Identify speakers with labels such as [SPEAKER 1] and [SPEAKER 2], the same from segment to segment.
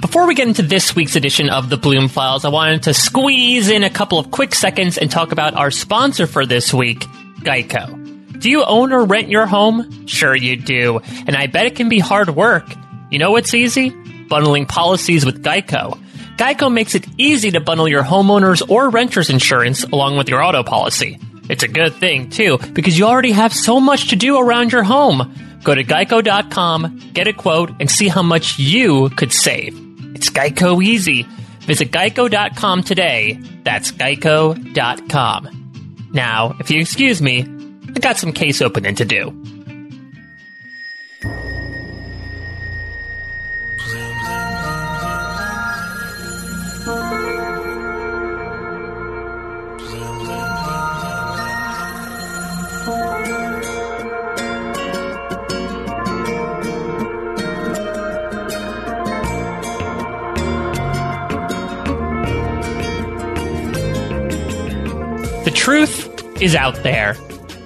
[SPEAKER 1] Before we get into this week's edition of the Bloom Files, I wanted to squeeze in a couple of quick seconds and talk about our sponsor for this week, Geico. Do you own or rent your home? Sure you do. And I bet it can be hard work. You know what's easy? Bundling policies with Geico. Geico makes it easy to bundle your homeowner's or renter's insurance along with your auto policy. It's a good thing, too, because you already have so much to do around your home. Go to geico.com, get a quote, and see how much you could save. It's Geico easy. Visit geico.com today. That's geico.com. Now, if you excuse me, I got some case opening to do. The truth is out there.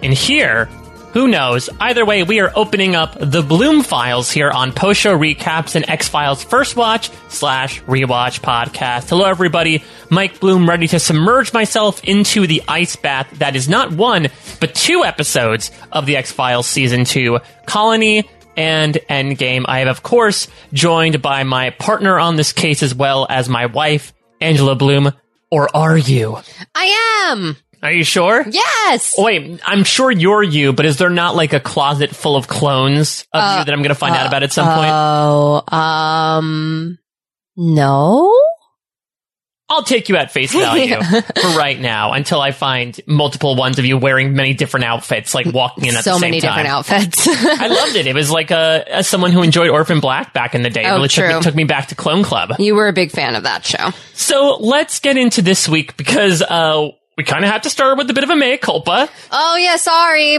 [SPEAKER 1] And here, who knows? Either way, we are opening up the Bloom Files here on post show recaps and X Files First Watch slash Rewatch podcast. Hello, everybody. Mike Bloom ready to submerge myself into the ice bath that is not one, but two episodes of the X Files Season 2 Colony and Endgame. I am, of course, joined by my partner on this case as well as my wife, Angela Bloom. Or are you?
[SPEAKER 2] I am.
[SPEAKER 1] Are you sure?
[SPEAKER 2] Yes.
[SPEAKER 1] Wait, I'm sure you're you, but is there not like a closet full of clones of
[SPEAKER 2] Uh,
[SPEAKER 1] you that I'm going to find out about at some point?
[SPEAKER 2] Oh, um, no.
[SPEAKER 1] I'll take you at face value
[SPEAKER 2] Yeah.
[SPEAKER 1] for right now until I find multiple ones of you wearing many different outfits, like walking in at
[SPEAKER 2] so
[SPEAKER 1] the same
[SPEAKER 2] many
[SPEAKER 1] time.
[SPEAKER 2] different outfits.
[SPEAKER 1] I loved it. It was like a, as someone who enjoyed Orphan Black back in the day. It
[SPEAKER 2] Oh,
[SPEAKER 1] really took me,
[SPEAKER 2] true.
[SPEAKER 1] took me back to Clone Club.
[SPEAKER 2] you were a big fan of that show.
[SPEAKER 1] So let's get into this week because uh, we kind of have to start with a bit of a mea culpa.
[SPEAKER 2] Oh yeah, sorry,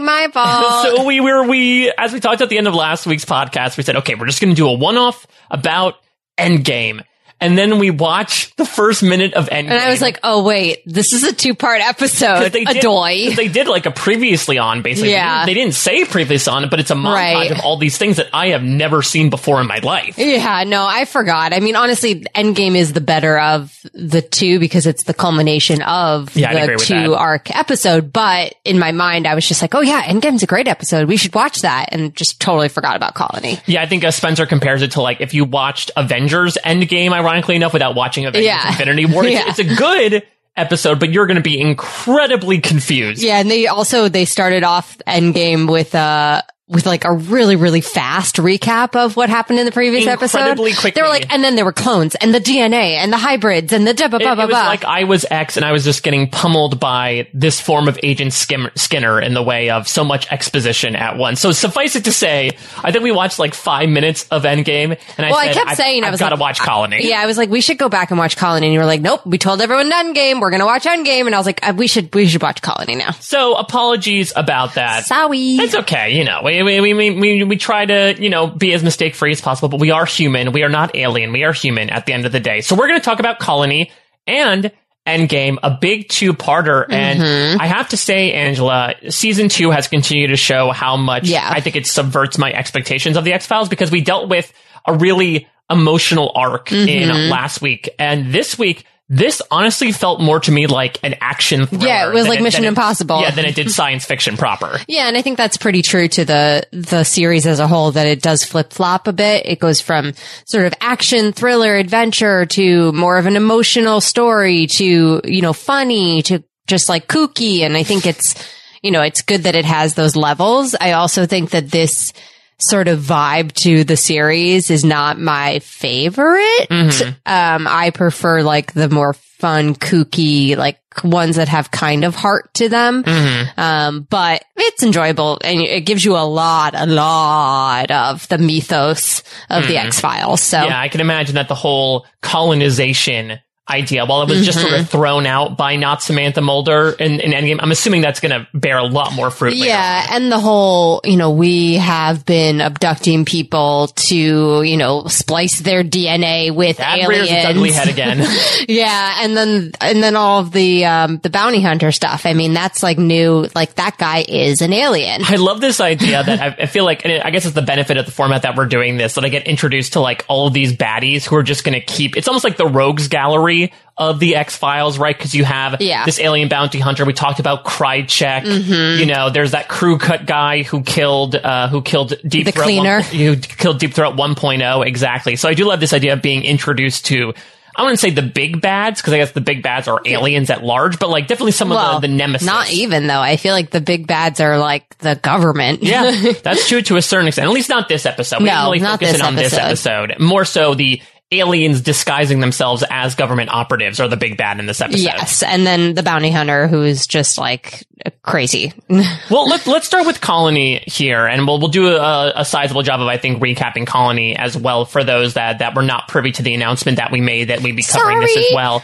[SPEAKER 2] my fault.
[SPEAKER 1] so we were we as we talked at the end of last week's podcast, we said, okay, we're just going to do a one-off about Endgame, and then we watch the first minute of Endgame.
[SPEAKER 2] and I was like, oh wait, this is a two part episode.
[SPEAKER 1] they did,
[SPEAKER 2] Adoy.
[SPEAKER 1] they did like a previously on basically.
[SPEAKER 2] Yeah.
[SPEAKER 1] They didn't say previously on it, but it's a montage
[SPEAKER 2] Right.
[SPEAKER 1] of all these things that I have never seen before in my life.
[SPEAKER 2] Yeah, no, I forgot. I mean, honestly, Endgame is the better of the two because it's the culmination of
[SPEAKER 1] Yeah, I'd agree
[SPEAKER 2] the
[SPEAKER 1] with
[SPEAKER 2] two
[SPEAKER 1] that.
[SPEAKER 2] arc episode. But in my mind, I was just like, oh yeah, Endgame's a great episode. We should watch that and just totally forgot about Colony.
[SPEAKER 1] Yeah, I think uh, Spencer compares it to like if you watched Avengers Endgame, ironically enough, without watching Avengers
[SPEAKER 2] Yeah.
[SPEAKER 1] Infinity War. It's,
[SPEAKER 2] Yeah.
[SPEAKER 1] it's a good episode, but you're going to be incredibly confused.
[SPEAKER 2] Yeah, and they also, they started off Endgame with, uh, with like a really, really fast recap of what happened in the previous
[SPEAKER 1] Incredibly
[SPEAKER 2] episode.
[SPEAKER 1] quickly.
[SPEAKER 2] They were like, and then there were clones and the DNA and the hybrids and the da ba
[SPEAKER 1] It,
[SPEAKER 2] ba
[SPEAKER 1] it
[SPEAKER 2] ba
[SPEAKER 1] was
[SPEAKER 2] ba.
[SPEAKER 1] like I was X and I was just getting pummeled by this form of Agent Skim- Skinner in the way of so much exposition at once. So suffice it to say, I think we watched like five minutes of Endgame, and I
[SPEAKER 2] Well, I
[SPEAKER 1] said,
[SPEAKER 2] kept
[SPEAKER 1] "I've-
[SPEAKER 2] saying, I
[SPEAKER 1] I've
[SPEAKER 2] was
[SPEAKER 1] got to
[SPEAKER 2] like,
[SPEAKER 1] watch Colony."
[SPEAKER 2] Yeah, I was like, we should go back and watch Colony. And you were like, nope, we told everyone Endgame. We're going to watch Endgame. And I was like, uh, we should, we should watch Colony now.
[SPEAKER 1] So apologies about that.
[SPEAKER 2] Sorry.
[SPEAKER 1] It's okay, you know. We we, we we we try to you know be as mistake free as possible, but we are human. We are not alien. We are human at the end of the day. So we're going to talk about Colony and Endgame, a big two parter.
[SPEAKER 2] Mm-hmm.
[SPEAKER 1] And I have to say, Angela, season two has continued to show how much
[SPEAKER 2] Yeah.
[SPEAKER 1] I think it subverts my expectations of the X Files because we dealt with a really emotional arc
[SPEAKER 2] Mm-hmm.
[SPEAKER 1] in last week, and this week. This honestly felt more to me like an action thriller.
[SPEAKER 2] Yeah, it was
[SPEAKER 1] than
[SPEAKER 2] like Mission
[SPEAKER 1] than
[SPEAKER 2] Impossible.
[SPEAKER 1] Yeah, than it did science fiction proper.
[SPEAKER 2] Yeah. And I think that's pretty true to the, the series as a whole that it does flip flop a bit. It goes from sort of action, thriller, adventure to more of an emotional story to, you know, funny to just like kooky. And I think it's, you know, it's good that it has those levels. I also think that this, sort of vibe to the series is not my favorite.
[SPEAKER 1] Mm-hmm.
[SPEAKER 2] Um, I prefer like the more fun, kooky, like ones that have kind of heart to them.
[SPEAKER 1] Mm-hmm.
[SPEAKER 2] Um, but it's enjoyable and it gives you a lot, a lot of the
[SPEAKER 1] Mm-hmm.
[SPEAKER 2] mythos of the X Files. So
[SPEAKER 1] Yeah, I can imagine that the whole colonization idea. While it was just sort
[SPEAKER 2] Mm-hmm.
[SPEAKER 1] of thrown out by not Samantha Mulder in, in Endgame, I'm assuming that's going to bear a lot more fruit. later.
[SPEAKER 2] Yeah, and the whole, you know, we have been abducting people to, you know, splice their DNA with
[SPEAKER 1] That
[SPEAKER 2] aliens.
[SPEAKER 1] rears its ugly head again.
[SPEAKER 2] yeah, and then and then all of the um the bounty hunter stuff. I mean, that's like new. Like that guy is an alien.
[SPEAKER 1] I love this idea that I, I feel like, and I guess it's the benefit of the format that we're doing this, that I get introduced to like all of these baddies who are just going to keep, it's almost like the rogues gallery of the X Files, right? Because you have
[SPEAKER 2] Yeah. Mm-hmm.
[SPEAKER 1] this alien bounty hunter. We talked about Krychek. You know, there's that crew cut guy who killed, uh, who killed Deep
[SPEAKER 2] The
[SPEAKER 1] Throat.
[SPEAKER 2] cleaner.
[SPEAKER 1] one- who killed Deep Throat 1.0. Exactly. So I do love this idea of being introduced to, I wouldn't say the big bads, because I guess the big bads are aliens at large, but like definitely some of the, the nemesis.
[SPEAKER 2] Not even though. I feel like the big bads are like the government.
[SPEAKER 1] Yeah, that's true to a certain extent. At least not this episode. We
[SPEAKER 2] No,
[SPEAKER 1] didn't really
[SPEAKER 2] not
[SPEAKER 1] focus
[SPEAKER 2] this
[SPEAKER 1] in on this
[SPEAKER 2] episode.
[SPEAKER 1] episode. More so the aliens disguising themselves as government operatives are the big bad in this episode.
[SPEAKER 2] yes, and then the bounty hunter who's just like crazy.
[SPEAKER 1] Well, let, let's start with Colony here, and we'll we'll do a, a sizable job of I think recapping Colony as well for those that that were not privy to the announcement that we made that we'd be covering this
[SPEAKER 2] Sorry.
[SPEAKER 1] as well.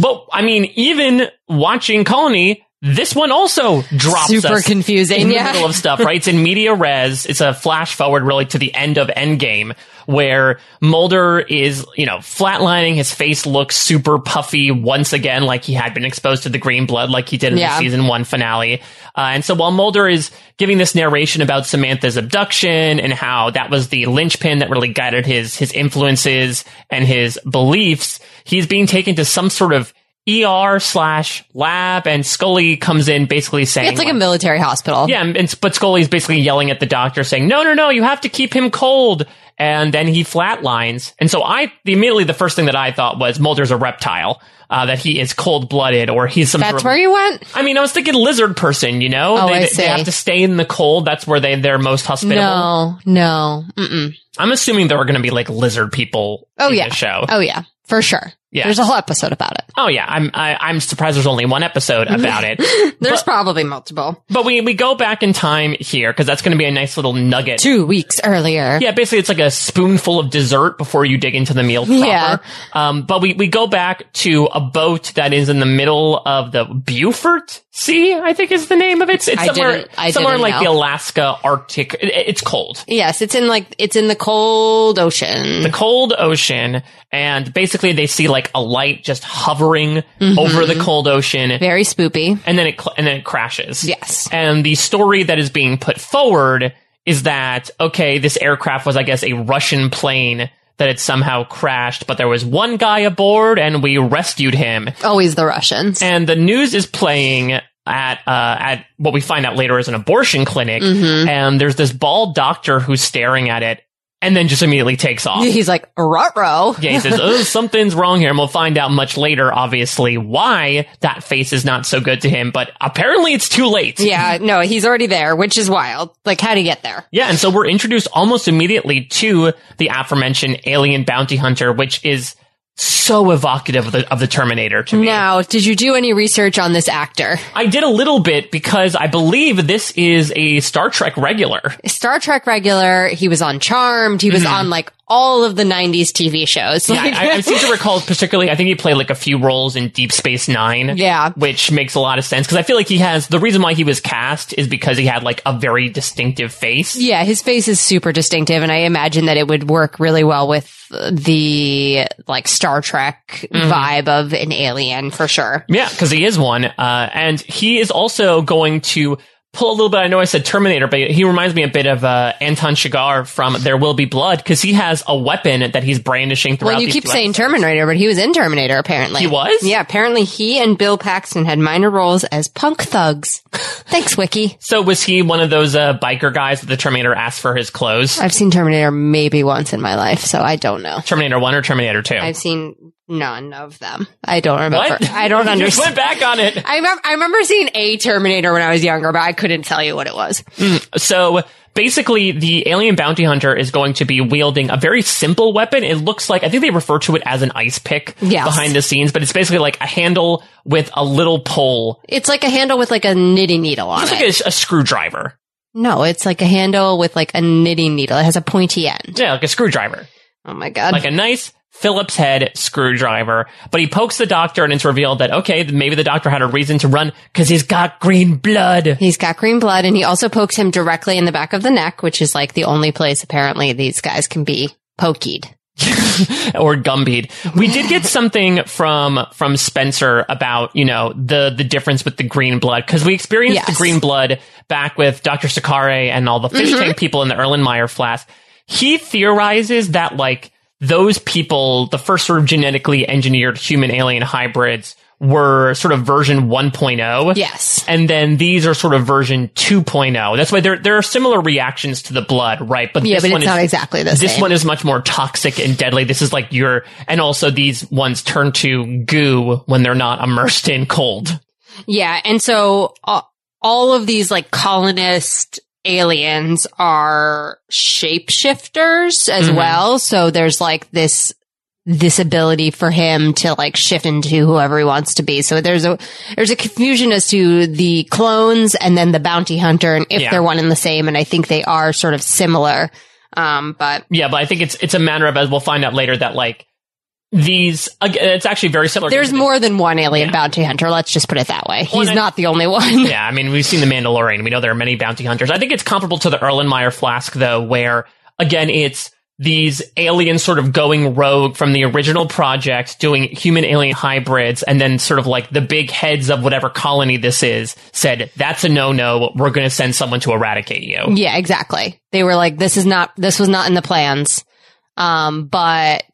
[SPEAKER 1] But I mean, even watching Colony, this one also drops
[SPEAKER 2] Super
[SPEAKER 1] us
[SPEAKER 2] confusing.
[SPEAKER 1] in
[SPEAKER 2] yeah.
[SPEAKER 1] the middle of stuff, right? It's in media res. It's a flash forward really to the end of Endgame where Mulder is, you know, flatlining. His face looks super puffy once again, like he had been exposed to the green blood, like he did in the
[SPEAKER 2] Yeah.
[SPEAKER 1] season one finale. Uh, and so while Mulder is giving this narration about Samantha's abduction and how that was the linchpin that really guided his, his influences and his beliefs, he's being taken to some sort of ER slash lab and Scully comes in basically saying
[SPEAKER 2] it's like
[SPEAKER 1] like,
[SPEAKER 2] a military hospital.
[SPEAKER 1] yeah, and- and but Scully's basically yelling at the doctor, saying, "No, no, no! You have to keep him cold." And then he flatlines. And so I immediately the first thing that I thought was Mulder's a reptile, uh, that he is cold blooded, or he's some.
[SPEAKER 2] That's
[SPEAKER 1] sort of,
[SPEAKER 2] where you went?
[SPEAKER 1] I mean, I was thinking lizard person. You know,
[SPEAKER 2] Oh,
[SPEAKER 1] they,
[SPEAKER 2] I
[SPEAKER 1] they
[SPEAKER 2] see.
[SPEAKER 1] have to stay in the cold. That's where they they're most hospitable.
[SPEAKER 2] No, no. Mm-mm.
[SPEAKER 1] I'm assuming there are going to be like lizard people.
[SPEAKER 2] Oh,
[SPEAKER 1] in
[SPEAKER 2] yeah.
[SPEAKER 1] the show.
[SPEAKER 2] Oh yeah, for sure.
[SPEAKER 1] Yeah.
[SPEAKER 2] There's a whole episode about it.
[SPEAKER 1] Oh yeah, I'm I, I'm surprised there's only one episode about it.
[SPEAKER 2] There's
[SPEAKER 1] But-
[SPEAKER 2] probably multiple.
[SPEAKER 1] But we we go back in time here because that's going to be a nice little nugget
[SPEAKER 2] Two weeks earlier.
[SPEAKER 1] Yeah, basically it's like a spoonful of dessert before you dig into the meal proper.
[SPEAKER 2] Yeah.
[SPEAKER 1] Um, but we, we go back to a boat that is in the middle of the Beaufort Sea, I think is the name of it. It's, it's
[SPEAKER 2] I
[SPEAKER 1] somewhere,
[SPEAKER 2] didn't- I
[SPEAKER 1] somewhere in
[SPEAKER 2] didn't
[SPEAKER 1] like the
[SPEAKER 2] know.
[SPEAKER 1] Alaska Arctic. It, it's cold.
[SPEAKER 2] Yes, it's in like it's in the cold ocean.
[SPEAKER 1] The cold ocean. And basically they see like a light just hovering
[SPEAKER 2] Mm-hmm.
[SPEAKER 1] over the cold ocean.
[SPEAKER 2] Very spoopy.
[SPEAKER 1] and then it cl- and then it crashes.
[SPEAKER 2] Yes.
[SPEAKER 1] And the story that is being put forward is that okay, this aircraft was I guess a Russian plane that had somehow crashed, but there was one guy aboard and we rescued him.
[SPEAKER 2] Always the Russians.
[SPEAKER 1] And the news is playing at uh, at what we find out later is an abortion clinic, and there's this bald doctor who's staring at it, and then just immediately takes off.
[SPEAKER 2] He's like rutro.
[SPEAKER 1] Yeah, he says, "Oh, something's wrong here," and we'll find out much later, obviously, why that face is not so good to him. But apparently, it's too late.
[SPEAKER 2] Yeah, no, he's already there, which is wild. Like, how do you get there?
[SPEAKER 1] Yeah, and so we're introduced almost immediately to the aforementioned alien bounty hunter, which is so evocative of the, of the Terminator to me.
[SPEAKER 2] Now, did you do any research on this actor?
[SPEAKER 1] I did a little bit because I believe this is a Star Trek regular.
[SPEAKER 2] Star Trek regular. He was on Charmed. He was on like all of the '90s TV shows.
[SPEAKER 1] Mm-hmm. Yeah,
[SPEAKER 2] Like-
[SPEAKER 1] I, I seem to recall particularly. I think he played like a few roles in Deep Space Nine.
[SPEAKER 2] Yeah.
[SPEAKER 1] which makes a lot of sense because I feel like he has the reason why he was cast is because he had like a very distinctive face.
[SPEAKER 2] Yeah, his face is super distinctive, and I imagine that it would work really well with the like Star Trek
[SPEAKER 1] Mm-hmm.
[SPEAKER 2] vibe of an alien for sure.
[SPEAKER 1] Yeah, because he is one, uh, and he is also going to pull a little bit. I know I said Terminator, but he reminds me a bit of uh, Anton Chigurh from There Will Be Blood because he has a weapon that he's brandishing throughout.
[SPEAKER 2] Well, you
[SPEAKER 1] these
[SPEAKER 2] keep
[SPEAKER 1] two
[SPEAKER 2] saying
[SPEAKER 1] episodes.
[SPEAKER 2] Terminator, but he was in Terminator apparently.
[SPEAKER 1] He was?
[SPEAKER 2] Yeah, apparently he and Bill Paxton had minor roles as punk thugs. Thanks, Wiki.
[SPEAKER 1] So was he one of those uh, biker guys that the Terminator asked for his clothes?
[SPEAKER 2] I've seen Terminator maybe once in my life, so I don't know.
[SPEAKER 1] Terminator One or Terminator Two?
[SPEAKER 2] I've seen none of them. I don't remember.
[SPEAKER 1] What?
[SPEAKER 2] I don't
[SPEAKER 1] You just
[SPEAKER 2] understand.
[SPEAKER 1] went back on it.
[SPEAKER 2] I, remem- I remember seeing a Terminator when I was younger, but I couldn't tell you what it was.
[SPEAKER 1] So basically, the alien bounty hunter is going to be wielding a very simple weapon. It looks like I think they refer to it as an ice pick
[SPEAKER 2] Yes.
[SPEAKER 1] behind the scenes, but it's basically like a handle with a little pole,
[SPEAKER 2] It's like a handle with like a knitting needle on
[SPEAKER 1] it's
[SPEAKER 2] it.
[SPEAKER 1] like a, a screwdriver.
[SPEAKER 2] No, it's like a handle with like a knitting needle. It has a pointy end.
[SPEAKER 1] Yeah, like a screwdriver,
[SPEAKER 2] Oh my god.
[SPEAKER 1] like a nice Phillips head screwdriver, but he pokes the doctor and it's revealed that, okay, maybe the doctor had a reason to run because he's got green blood.
[SPEAKER 2] He's got green blood and he also pokes him directly in the back of the neck, which is like the only place apparently these guys can be poked.
[SPEAKER 1] or gumbied. We did get something from from Spencer about you know the the difference with the green blood because we experienced
[SPEAKER 2] Yes.
[SPEAKER 1] the green blood back with Doctor Sakare and all the fish
[SPEAKER 2] Mm-hmm.
[SPEAKER 1] tank people in the Erlenmeyer flask. He theorizes that like those people, the first sort of genetically engineered human alien hybrids, were sort of version 1.0.
[SPEAKER 2] Yes.
[SPEAKER 1] And then these are sort of version 2.0. That's why there there are similar reactions to the blood, right? But
[SPEAKER 2] Yeah,
[SPEAKER 1] this
[SPEAKER 2] but
[SPEAKER 1] one
[SPEAKER 2] it's
[SPEAKER 1] is
[SPEAKER 2] not exactly the
[SPEAKER 1] this
[SPEAKER 2] same.
[SPEAKER 1] one is much more toxic and deadly. This is like your, and also these ones turn to goo when they're not immersed in cold.
[SPEAKER 2] Yeah, and so uh, all of these like colonist aliens are shapeshifters as
[SPEAKER 1] Mhm.
[SPEAKER 2] well. So there's like this this ability for him to like shift into whoever he wants to be. So there's a there's a confusion as to the clones and then the bounty hunter and if
[SPEAKER 1] Yeah.
[SPEAKER 2] they're one and the same and I think they are sort of similar. Um but
[SPEAKER 1] Yeah, but I think it's, it's a matter of, as we'll find out later, that like these, ag- it's actually very similar.
[SPEAKER 2] there's
[SPEAKER 1] to-
[SPEAKER 2] more than one alien
[SPEAKER 1] Yeah.
[SPEAKER 2] bounty hunter. Let's just put it that way.
[SPEAKER 1] Well,
[SPEAKER 2] He's
[SPEAKER 1] and I-
[SPEAKER 2] not the only one.
[SPEAKER 1] Yeah, I mean, we've seen The Mandalorian. We know there are many bounty hunters. I think it's comparable to the Erlenmeyer flask, though, where, again, it's these aliens sort of going rogue from the original project, doing human alien hybrids, and then sort of like the big heads of whatever colony this is said, that's a no no. We're going to send someone to eradicate you.
[SPEAKER 2] Yeah, exactly. They were like, this is not, this was not in the plans. Um, but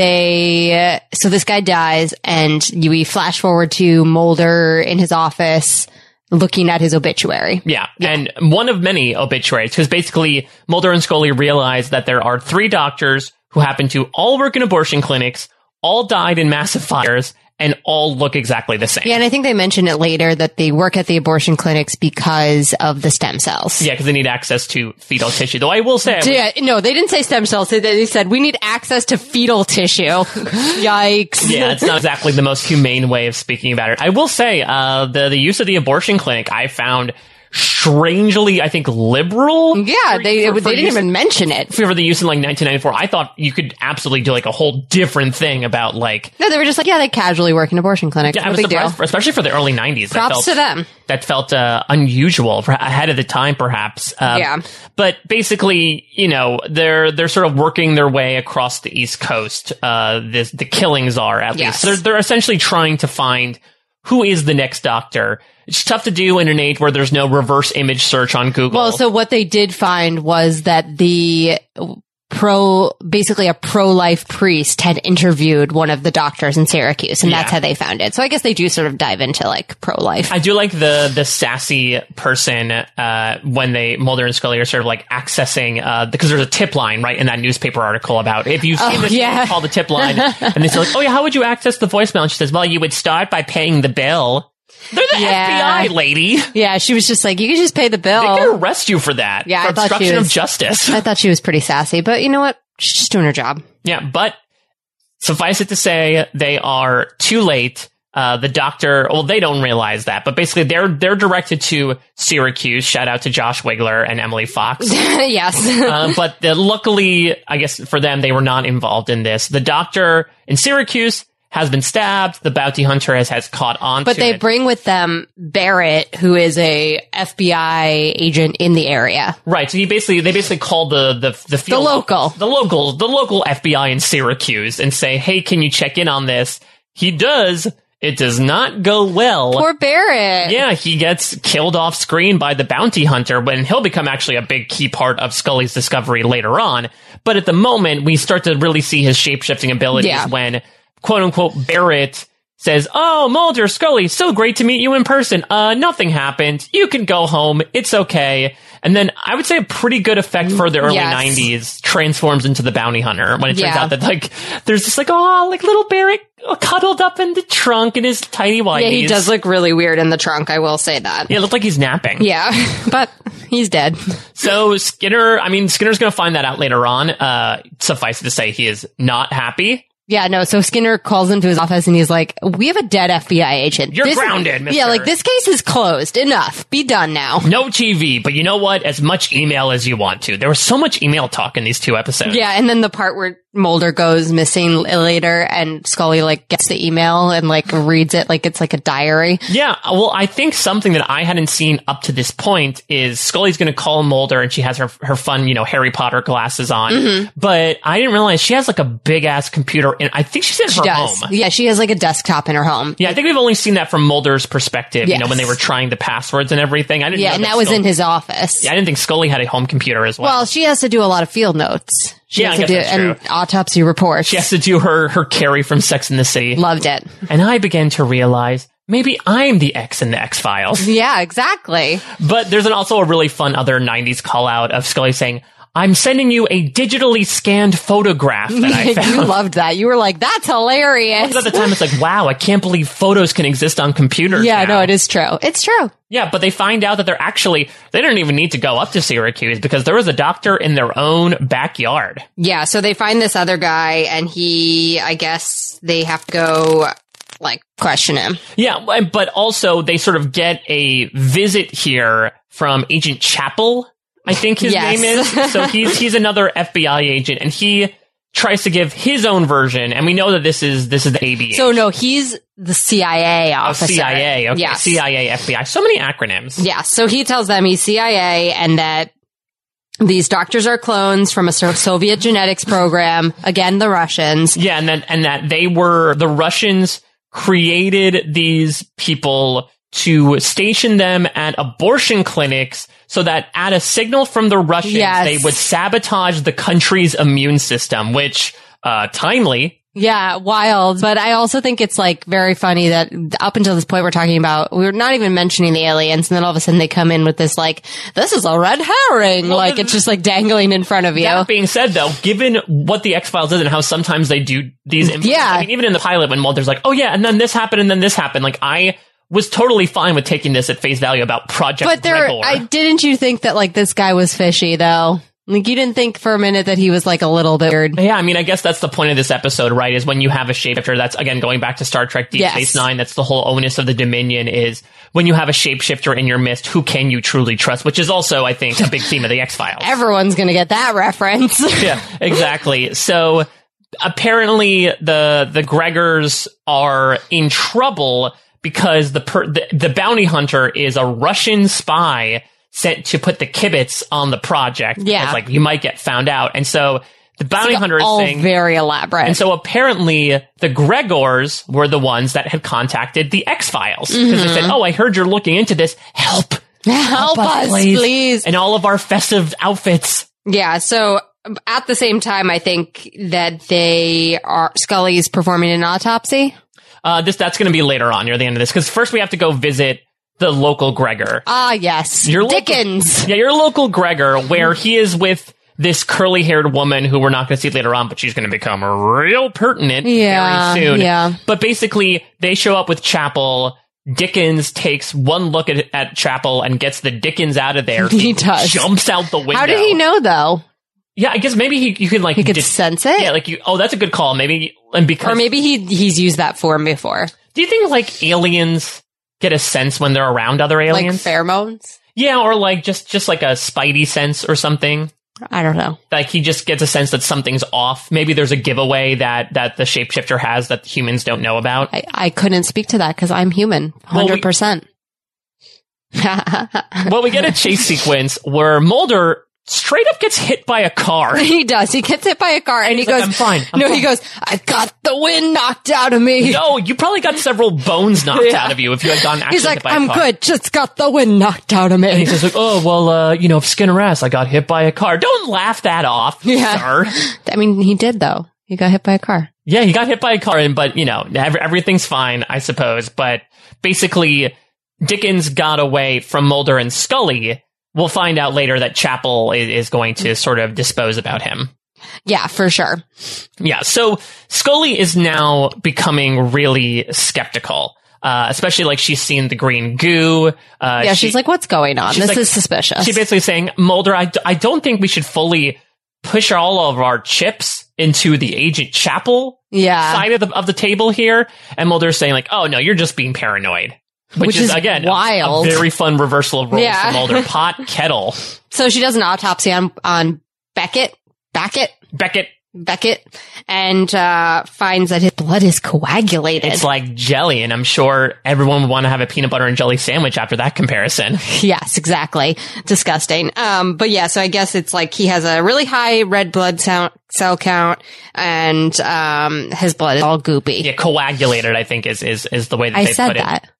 [SPEAKER 2] they, so this guy dies and you, we flash forward to Mulder in his office looking at his obituary.
[SPEAKER 1] Yeah, and one of many obituaries, because basically Mulder and Scully realize that there are three doctors who happen to all work in abortion clinics, all died in massive fires, and all look exactly the same.
[SPEAKER 2] Yeah. And I think they mention it later that they work at the abortion clinics because of the stem cells.
[SPEAKER 1] Yeah, because they need access to fetal tissue. Though I will say, I was-
[SPEAKER 2] Yeah, no, they didn't say stem cells. They- They said we need access to fetal tissue. Yikes.
[SPEAKER 1] yeah, it's not exactly the most humane way of speaking about it. I will say, uh, the the use of the abortion clinic I found strangely, I think, liberal.
[SPEAKER 2] Yeah,
[SPEAKER 1] for-
[SPEAKER 2] they,
[SPEAKER 1] for- for
[SPEAKER 2] they didn't
[SPEAKER 1] use-
[SPEAKER 2] even mention it.
[SPEAKER 1] for the use in like 1994. I thought you could absolutely do like a whole different thing about like.
[SPEAKER 2] No, they were just like, yeah, they casually work in abortion clinics.
[SPEAKER 1] Yeah, I
[SPEAKER 2] no
[SPEAKER 1] was
[SPEAKER 2] big deal.
[SPEAKER 1] surprised, especially for the early 90s. that
[SPEAKER 2] Props
[SPEAKER 1] felt-
[SPEAKER 2] to them.
[SPEAKER 1] that felt uh, unusual for ahead of the time, perhaps. Um,
[SPEAKER 2] Yeah.
[SPEAKER 1] But basically, you know, they're they're sort of working their way across the East Coast. Uh, the the killings are at
[SPEAKER 2] Yes.
[SPEAKER 1] least they're they're essentially trying to find who is the next Doctor. It's tough to do in an age where there's no reverse image search on Google.
[SPEAKER 2] Well, so what they did find was that the pro, basically a pro-life priest had interviewed one of the doctors in Syracuse, and that's
[SPEAKER 1] Yeah.
[SPEAKER 2] how they found it. So I guess they do sort of dive into like pro-life.
[SPEAKER 1] I do like the the sassy person uh, when they Mulder and Scully are sort of like accessing uh, because there's a tip line right in that newspaper article about if you've seen
[SPEAKER 2] Oh,
[SPEAKER 1] this
[SPEAKER 2] yeah.
[SPEAKER 1] call the tip line and they say like oh yeah how would you access the voicemail and she says well you would start by paying the bill they're the
[SPEAKER 2] Yeah.
[SPEAKER 1] FBI lady they
[SPEAKER 2] yeah, she was just like, you can just pay the
[SPEAKER 1] can
[SPEAKER 2] bill.
[SPEAKER 1] arrest you for that
[SPEAKER 2] Oh. Yeah,
[SPEAKER 1] for
[SPEAKER 2] I thought she
[SPEAKER 1] obstruction of
[SPEAKER 2] was-
[SPEAKER 1] justice
[SPEAKER 2] I thought she was pretty sassy, but you know what? She's just doing her job.
[SPEAKER 1] yeah but suffice it to say they are too late. Uh, the doctor, well, they don't realize that, but basically they're, they're directed to Syracuse. Shout out to Josh Wiggler and Emily Fox.
[SPEAKER 2] yes.
[SPEAKER 1] um, but the, luckily, I guess for them, they were not involved in this. The doctor in Syracuse has been stabbed. The bounty hunter has, has caught on
[SPEAKER 2] But
[SPEAKER 1] to
[SPEAKER 2] they
[SPEAKER 1] it.
[SPEAKER 2] bring with them Barrett, who is a FBI agent in the area.
[SPEAKER 1] right. So he basically they basically call the the the, field,
[SPEAKER 2] local.
[SPEAKER 1] the local the local FBI in Syracuse and say, hey, can you check in on this? He does. It does not go well.
[SPEAKER 2] Poor Barrett.
[SPEAKER 1] yeah, he gets killed off screen by the bounty hunter when he'll become actually a big key part of Scully's discovery later on. But at the moment, we start to really see his shapeshifting abilities
[SPEAKER 2] Yeah.
[SPEAKER 1] when quote unquote Barrett says, Oh, Mulder, Scully, so great to meet you in person. Uh, nothing happened. You can go home. It's okay. And then I would say a pretty good effect for the early
[SPEAKER 2] Yes.
[SPEAKER 1] 90s transforms into the bounty hunter when it turns
[SPEAKER 2] Yeah.
[SPEAKER 1] out that like there's this like, oh, like little Barrett cuddled up in the trunk in his tiny whiteies.
[SPEAKER 2] Yeah, he does look really weird in the trunk. I will say that.
[SPEAKER 1] Yeah, it looked like he's napping.
[SPEAKER 2] Yeah, but he's dead.
[SPEAKER 1] So Skinner, I mean, Skinner's going to find that out later on. Uh, suffice it to say, he is not happy.
[SPEAKER 2] Yeah, no. So Skinner calls him to his office and he's like, "We have a dead FBI agent.
[SPEAKER 1] You're grounded, mister."
[SPEAKER 2] Yeah, like this case is closed. Enough. Be done now.
[SPEAKER 1] No TV, but you know what? As much email as you want to. There was so much email talk in these two episodes.
[SPEAKER 2] Yeah, and then the part where Mulder goes missing later and Scully like gets the email and like reads it like it's like a diary.
[SPEAKER 1] Yeah, well, I think something that I hadn't seen up to this point is Scully's going to call Mulder, and she has her her fun, you know, Harry Potter glasses on.
[SPEAKER 2] Mm-hmm.
[SPEAKER 1] But I didn't realize she has like a big ass computer, and I think she's in
[SPEAKER 2] She
[SPEAKER 1] her
[SPEAKER 2] does.
[SPEAKER 1] home.
[SPEAKER 2] Yeah, she has like a desktop in her home.
[SPEAKER 1] Yeah, I think we've only seen that from Mulder's perspective. You know, when they
[SPEAKER 2] Yes.
[SPEAKER 1] were trying the passwords and everything. I didn't.
[SPEAKER 2] Yeah,
[SPEAKER 1] know
[SPEAKER 2] and that was
[SPEAKER 1] Scully-
[SPEAKER 2] in his office.
[SPEAKER 1] Yeah, I didn't think Scully had a home computer as well.
[SPEAKER 2] Well, she has to do a lot of field notes. She
[SPEAKER 1] Yeah,
[SPEAKER 2] has
[SPEAKER 1] I
[SPEAKER 2] to
[SPEAKER 1] guess that's
[SPEAKER 2] do
[SPEAKER 1] true.
[SPEAKER 2] and autopsy reports.
[SPEAKER 1] she has to do her her Carrie from Sex in the City,
[SPEAKER 2] Loved it.
[SPEAKER 1] and I began to realize maybe I'm the X in the X Files.
[SPEAKER 2] Yeah, exactly.
[SPEAKER 1] But there's an, also a really fun other 90s call out of Scully saying, I'm sending you a digitally scanned photograph that I
[SPEAKER 2] you
[SPEAKER 1] found.
[SPEAKER 2] loved that. You were like, that's hilarious.
[SPEAKER 1] At the time, it's like, wow, I can't believe photos can exist on computers.
[SPEAKER 2] Yeah,
[SPEAKER 1] now.
[SPEAKER 2] no, it is true. It's true.
[SPEAKER 1] Yeah, but they find out that they're actually, they don't even need to go up to Syracuse because there was a doctor in their own backyard.
[SPEAKER 2] Yeah, so they find this other guy and he I guess they have to go like question him.
[SPEAKER 1] Yeah, and- but also they sort of get a visit here from Agent Chapel, I think his
[SPEAKER 2] Yes.
[SPEAKER 1] name is. So he's he's another FBI agent, and he tries to give his own version. And we know that this is this is the ABA,
[SPEAKER 2] So no, he's the CIA
[SPEAKER 1] Oh,
[SPEAKER 2] officer.
[SPEAKER 1] CIA, okay,
[SPEAKER 2] Yes.
[SPEAKER 1] CIA, FBI. So many acronyms.
[SPEAKER 2] Yeah, so he tells them he's CIA and that these doctors are clones from a so- Soviet genetics program, again the Russians.
[SPEAKER 1] Yeah, and then and that they were the Russians created these people to station them at abortion clinics so that at a signal from the Russians
[SPEAKER 2] Yes.
[SPEAKER 1] they would sabotage the country's immune system, which uh timely.
[SPEAKER 2] Yeah, wild. But I also think it's like very funny that up until this point we're talking about we were not even mentioning the aliens, and then all of a sudden they come in with this like this is a red herring, like
[SPEAKER 1] the-
[SPEAKER 2] it's just like dangling in front of you.
[SPEAKER 1] That being said though, given what the X Files is and how sometimes they do these
[SPEAKER 2] Yeah.
[SPEAKER 1] I mean, even in the pilot when Mulder's like, Oh yeah, and then this happened and then this happened, like I was totally fine with taking this at face value about Project
[SPEAKER 2] But there,
[SPEAKER 1] Gregor.
[SPEAKER 2] I didn't you think that like this guy was fishy though? Like you didn't think for a minute that he was like a little bit weird.
[SPEAKER 1] Yeah, I mean, I guess that's the point of this episode, right? Is when you have a shapeshifter. That's again going back to Star Trek Deep
[SPEAKER 2] Yes.
[SPEAKER 1] Space Nine. That's the whole onus of the Dominion is when you have a shapeshifter in your midst, who can you truly trust? Which is also, I think, a big theme of the X Files.
[SPEAKER 2] Everyone's gonna get that reference.
[SPEAKER 1] yeah, exactly. So apparently, the the Gregors are in trouble because the per- the, the bounty hunter is a Russian spy sent to put the kibitz on the project.
[SPEAKER 2] Yeah.
[SPEAKER 1] it's like you might get found out, and so. The bounty hunter is
[SPEAKER 2] All
[SPEAKER 1] saying
[SPEAKER 2] very elaborate.
[SPEAKER 1] and so apparently the Gregors were the ones that had contacted the X Files because they
[SPEAKER 2] Mm-hmm.
[SPEAKER 1] said, "Oh, I heard you're looking into this. Help,
[SPEAKER 2] Help us, please.
[SPEAKER 1] And all of our festive outfits.
[SPEAKER 2] Yeah. So at the same time, I think that they are Scully's performing an autopsy.
[SPEAKER 1] Uh, this that's going to be later on near the end of this because first we have to go visit the local Gregor.
[SPEAKER 2] Ah, yes,
[SPEAKER 1] Your local-
[SPEAKER 2] Dickens.
[SPEAKER 1] Yeah, your local Gregor, where he is with this curly haired woman who we're not going to see later on, but she's going to become real pertinent
[SPEAKER 2] Yeah,
[SPEAKER 1] very soon.
[SPEAKER 2] yeah.
[SPEAKER 1] But basically, they show up with Chapel. Dickens takes one look at, at Chapel and gets the Dickens out of there.
[SPEAKER 2] He does.
[SPEAKER 1] Jumps out the window.
[SPEAKER 2] How did he know though?
[SPEAKER 1] Yeah, I guess maybe he, you can like.
[SPEAKER 2] He could
[SPEAKER 1] dis-
[SPEAKER 2] sense it,
[SPEAKER 1] yeah, like you. Oh, that's a good call. Maybe and because
[SPEAKER 2] or maybe he he's used that form before,
[SPEAKER 1] do you think like aliens get a sense when they're around other aliens?
[SPEAKER 2] like pheromones.
[SPEAKER 1] yeah, or like just just like a spidey sense or something.
[SPEAKER 2] I don't know.
[SPEAKER 1] like he just gets a sense that something's off. Maybe there's a giveaway that that the shapeshifter has that humans don't know about.
[SPEAKER 2] I, I couldn't speak to that because I'm human,
[SPEAKER 1] Well, we-
[SPEAKER 2] hundred percent.
[SPEAKER 1] well, we get a chase sequence where Mulder straight up gets hit by a car.
[SPEAKER 2] He does. He gets hit by a car, and, he
[SPEAKER 1] he's like,
[SPEAKER 2] goes,
[SPEAKER 1] "I'm fine, I'm
[SPEAKER 2] no, he goes, "I got the wind knocked out of me."
[SPEAKER 1] No, you probably got several bones knocked
[SPEAKER 2] Yeah.
[SPEAKER 1] out of you if you had gotten actually
[SPEAKER 2] He's
[SPEAKER 1] hit
[SPEAKER 2] like,
[SPEAKER 1] by a
[SPEAKER 2] I'm
[SPEAKER 1] car.
[SPEAKER 2] good. Just got the wind knocked out
[SPEAKER 1] And
[SPEAKER 2] of me.
[SPEAKER 1] he's just like, oh well, uh, you know, if Skinner ass, I got hit by a car. Don't laugh that off,
[SPEAKER 2] Yeah.
[SPEAKER 1] sir.
[SPEAKER 2] I mean, he did though. He got hit by a car.
[SPEAKER 1] Yeah, he got hit by a car, and but you know, ev- everything's fine, I suppose. But basically, Dickens got away from Mulder and Scully. We'll find out later that Chapel is, is going to sort of dispose about him.
[SPEAKER 2] Yeah, for sure.
[SPEAKER 1] Yeah, so Scully is now becoming really skeptical, uh, especially like she's seen the green goo. Uh,
[SPEAKER 2] yeah,
[SPEAKER 1] she-
[SPEAKER 2] she's like, what's going on?
[SPEAKER 1] she's
[SPEAKER 2] This
[SPEAKER 1] like-
[SPEAKER 2] is suspicious.
[SPEAKER 1] She's basically saying, Mulder, I, d- I don't think we should fully push all of our chips into the agent chapel
[SPEAKER 2] Yeah.
[SPEAKER 1] side of the of the table here, and Mulder's saying like, "Oh no, you're just being paranoid," which,
[SPEAKER 2] Which
[SPEAKER 1] is,
[SPEAKER 2] is
[SPEAKER 1] again a-
[SPEAKER 2] wild.
[SPEAKER 1] A, very fun reversal of roles
[SPEAKER 2] Yeah.
[SPEAKER 1] for Mulder. Pot kettle
[SPEAKER 2] So she does an autopsy on on Beckett, Beckett,
[SPEAKER 1] Beckett.
[SPEAKER 2] Beckett, and uh, finds that his blood is coagulated.
[SPEAKER 1] It's like jelly, and I'm sure everyone would want to have a peanut butter and jelly sandwich after that comparison.
[SPEAKER 2] yes, exactly. Disgusting. Um, but yeah, so I guess it's like he has a really high red blood cell, cell count, and um, his blood is all goopy.
[SPEAKER 1] Yeah, coagulated. I think is is is the way that
[SPEAKER 2] I
[SPEAKER 1] they
[SPEAKER 2] said
[SPEAKER 1] put
[SPEAKER 2] that.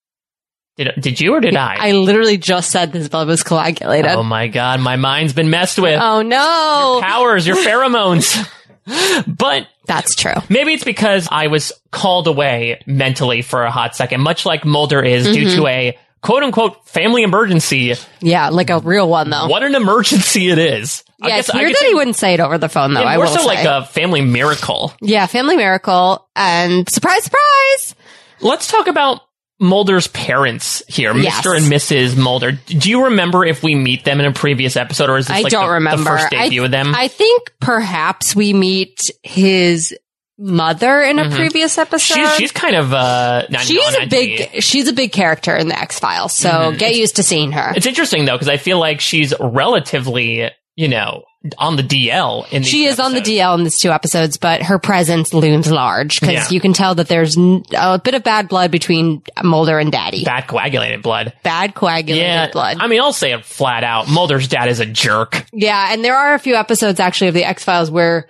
[SPEAKER 1] it. Did, did you or did I?
[SPEAKER 2] I literally just said this blood was coagulated.
[SPEAKER 1] oh my god, my mind's been messed with.
[SPEAKER 2] oh no,
[SPEAKER 1] Powers, your pheromones. but
[SPEAKER 2] that's true.
[SPEAKER 1] Maybe it's because I was called away mentally for a hot second, much like Mulder is due
[SPEAKER 2] Mm-hmm.
[SPEAKER 1] to a quote unquote family emergency.
[SPEAKER 2] Yeah, like a real one though.
[SPEAKER 1] What an emergency it is.
[SPEAKER 2] Yeah, it's weird that he wouldn't say it over the phone though. I
[SPEAKER 1] more
[SPEAKER 2] will
[SPEAKER 1] so
[SPEAKER 2] say.
[SPEAKER 1] like a family miracle.
[SPEAKER 2] yeah, family miracle and surprise, surprise.
[SPEAKER 1] Let's talk about Mulder's parents here,
[SPEAKER 2] Yes.
[SPEAKER 1] Mr. and Mrs. Mulder. Do you remember if we meet them in a previous episode or is this
[SPEAKER 2] I
[SPEAKER 1] like
[SPEAKER 2] don't
[SPEAKER 1] the, the
[SPEAKER 2] remember.
[SPEAKER 1] first
[SPEAKER 2] I-
[SPEAKER 1] debut of them?
[SPEAKER 2] I think perhaps we meet his mother in a previous episode.
[SPEAKER 1] Mm-hmm. she's, she's kind of, uh, not
[SPEAKER 2] She's a
[SPEAKER 1] non-ID.
[SPEAKER 2] big she's a big character in the X Files, so get used to seeing her.
[SPEAKER 1] Mm-hmm. It's interesting though, because I feel like she's relatively, you know, on the DL in these
[SPEAKER 2] She is on the
[SPEAKER 1] episodes.
[SPEAKER 2] DL in these two episodes, but her presence looms large because
[SPEAKER 1] Yeah.
[SPEAKER 2] you can tell that there's n- a bit of bad blood between Mulder and Daddy.
[SPEAKER 1] bad
[SPEAKER 2] Bad,
[SPEAKER 1] coagulated blood.
[SPEAKER 2] coagulated
[SPEAKER 1] Yeah,
[SPEAKER 2] blood.
[SPEAKER 1] I mean, I'll say it flat out. Mulder's dad is a jerk.
[SPEAKER 2] Yeah, and there are a few episodes actually of the X Files where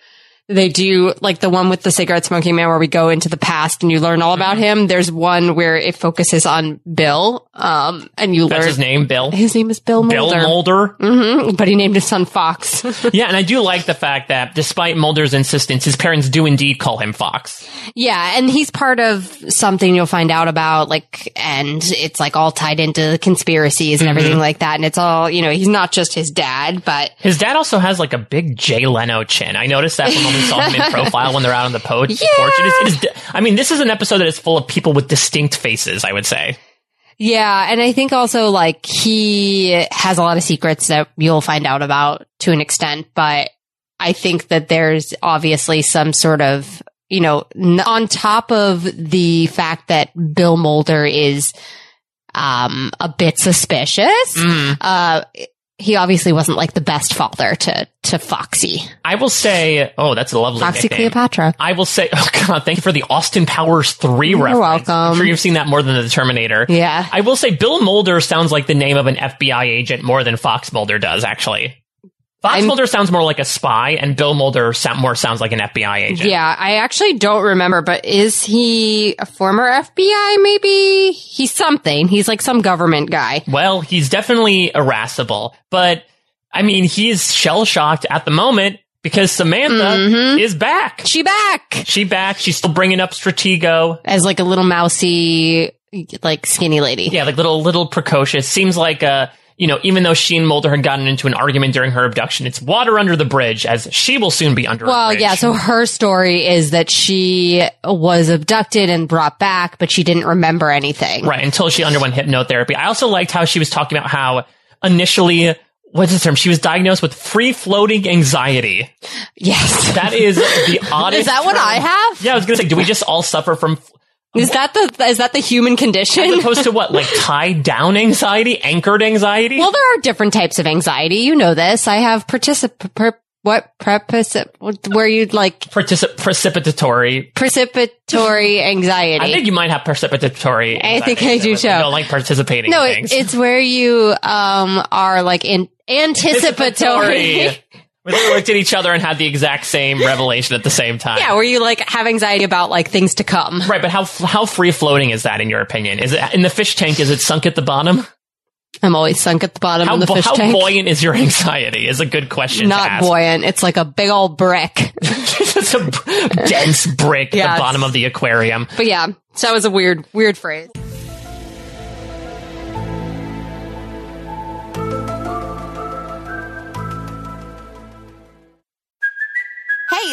[SPEAKER 2] they do like the one with the cigarette smoking man where we go into the past and you learn all about
[SPEAKER 1] Mm-hmm.
[SPEAKER 2] him. There's one where it focuses on Bill, um, and you
[SPEAKER 1] That's
[SPEAKER 2] learn
[SPEAKER 1] his name, Bill.
[SPEAKER 2] his name is Bill
[SPEAKER 1] Bill
[SPEAKER 2] Mulder, Mm-hmm.
[SPEAKER 1] Mulder.
[SPEAKER 2] but he named his son Fox.
[SPEAKER 1] Yeah, and I do like the fact that despite Mulder's insistence, his parents do indeed call him Fox.
[SPEAKER 2] yeah, and he's part of something you'll find out about, like, and it's like all tied into conspiracies
[SPEAKER 1] Mm-hmm.
[SPEAKER 2] and everything like that. And it's all you know, he's not just his dad, but
[SPEAKER 1] His dad also has like a big Jay Leno chin. I noticed that from when we saw him in profile when they're out on the po- porch. It is, it is, di- I mean, this is an episode that is full of people with distinct faces, I would say.
[SPEAKER 2] Yeah, and I think also like he has a lot of secrets that you'll find out about to an extent, but I think that there's obviously some sort of, you know, n- on top of the fact that Bill Mulder is um a bit suspicious,
[SPEAKER 1] Mm.
[SPEAKER 2] uh he obviously wasn't like the best father to to Foxy.
[SPEAKER 1] I will say, oh, that's a lovely
[SPEAKER 2] Foxy
[SPEAKER 1] nickname.
[SPEAKER 2] Cleopatra.
[SPEAKER 1] I will say, oh god, thank you for the Austin Powers 3
[SPEAKER 2] You're
[SPEAKER 1] reference. I'm
[SPEAKER 2] welcome.
[SPEAKER 1] sure you've seen that more than the Terminator.
[SPEAKER 2] Yeah.
[SPEAKER 1] I will say Bill Mulder sounds like the name of an FBI agent more than Fox Mulder does, actually. Fox
[SPEAKER 2] I'm-
[SPEAKER 1] Mulder sounds more like a spy, and Bill Mulder sound, more sounds like an FBI agent.
[SPEAKER 2] Yeah, I actually don't remember, but is he a former FBI? Maybe he's something. He's like some government guy.
[SPEAKER 1] Well, he's definitely irascible, but I mean, he is shell shocked at the moment because Samantha
[SPEAKER 2] Mm-hmm.
[SPEAKER 1] is back.
[SPEAKER 2] She back
[SPEAKER 1] She back. She's still bringing up Stratego.
[SPEAKER 2] as like a little mousy, like skinny lady.
[SPEAKER 1] Yeah, like little little precocious. Seems like uh, you know, even though she and Mulder had gotten into an argument during her abduction, it's water under the bridge, as she will soon be under. a
[SPEAKER 2] Well,
[SPEAKER 1] bridge.
[SPEAKER 2] yeah. So her story is that she was abducted and brought back, but she didn't remember anything.
[SPEAKER 1] right until she underwent hypnotherapy. I also liked how she was talking about how initially. What's the term? She was diagnosed with free floating anxiety.
[SPEAKER 2] Yes.
[SPEAKER 1] That is the oddest.
[SPEAKER 2] Is that what
[SPEAKER 1] term.
[SPEAKER 2] I have?
[SPEAKER 1] Yeah, I was gonna say, do we just all suffer from
[SPEAKER 2] Is that the is that the human condition?
[SPEAKER 1] opposed to what, like tied down anxiety, anchored anxiety?
[SPEAKER 2] Well, there are different types of anxiety. You know this. I have particip per- what prepici- where you like
[SPEAKER 1] Particip- precipitatory.
[SPEAKER 2] precipitatory anxiety.
[SPEAKER 1] I think you might have precipitatory.
[SPEAKER 2] I think
[SPEAKER 1] anxiety.
[SPEAKER 2] I do, too.
[SPEAKER 1] You don't like participating.
[SPEAKER 2] no,
[SPEAKER 1] in
[SPEAKER 2] it,
[SPEAKER 1] things.
[SPEAKER 2] it's where you um are like in anticipatory.
[SPEAKER 1] we literally looked at each other and had the exact same revelation at the same time.
[SPEAKER 2] yeah, where you like have anxiety about like things to come.
[SPEAKER 1] Right, but how how free floating is that in your opinion? Is it in the fish tank? Is it sunk at the bottom?
[SPEAKER 2] I'm always sunk at the bottom
[SPEAKER 1] How,
[SPEAKER 2] of the
[SPEAKER 1] bu-
[SPEAKER 2] fish
[SPEAKER 1] how
[SPEAKER 2] tank.
[SPEAKER 1] buoyant is your anxiety? Is a good question. to
[SPEAKER 2] Not
[SPEAKER 1] ask.
[SPEAKER 2] buoyant. It's like a big old brick.
[SPEAKER 1] it's a b- dense brick at
[SPEAKER 2] Yeah, it's-
[SPEAKER 1] the bottom of the aquarium.
[SPEAKER 2] but yeah, so that was a weird, weird phrase.
[SPEAKER 3] Hey,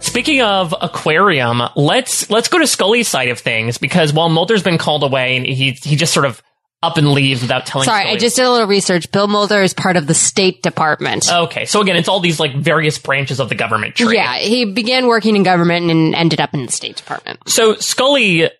[SPEAKER 1] Speaking of aquarium, let's let's go to Scully's side of things because while Mulder's been called away and he he just sort of up and leaves without telling.
[SPEAKER 2] Sorry,
[SPEAKER 1] Scully.
[SPEAKER 2] I just did a little research. Bill Mulder is part of the State Department.
[SPEAKER 1] Okay, so again, it's all these like various branches of the government tree.
[SPEAKER 2] Yeah, he began working in government and ended up in the State Department.
[SPEAKER 1] So Scully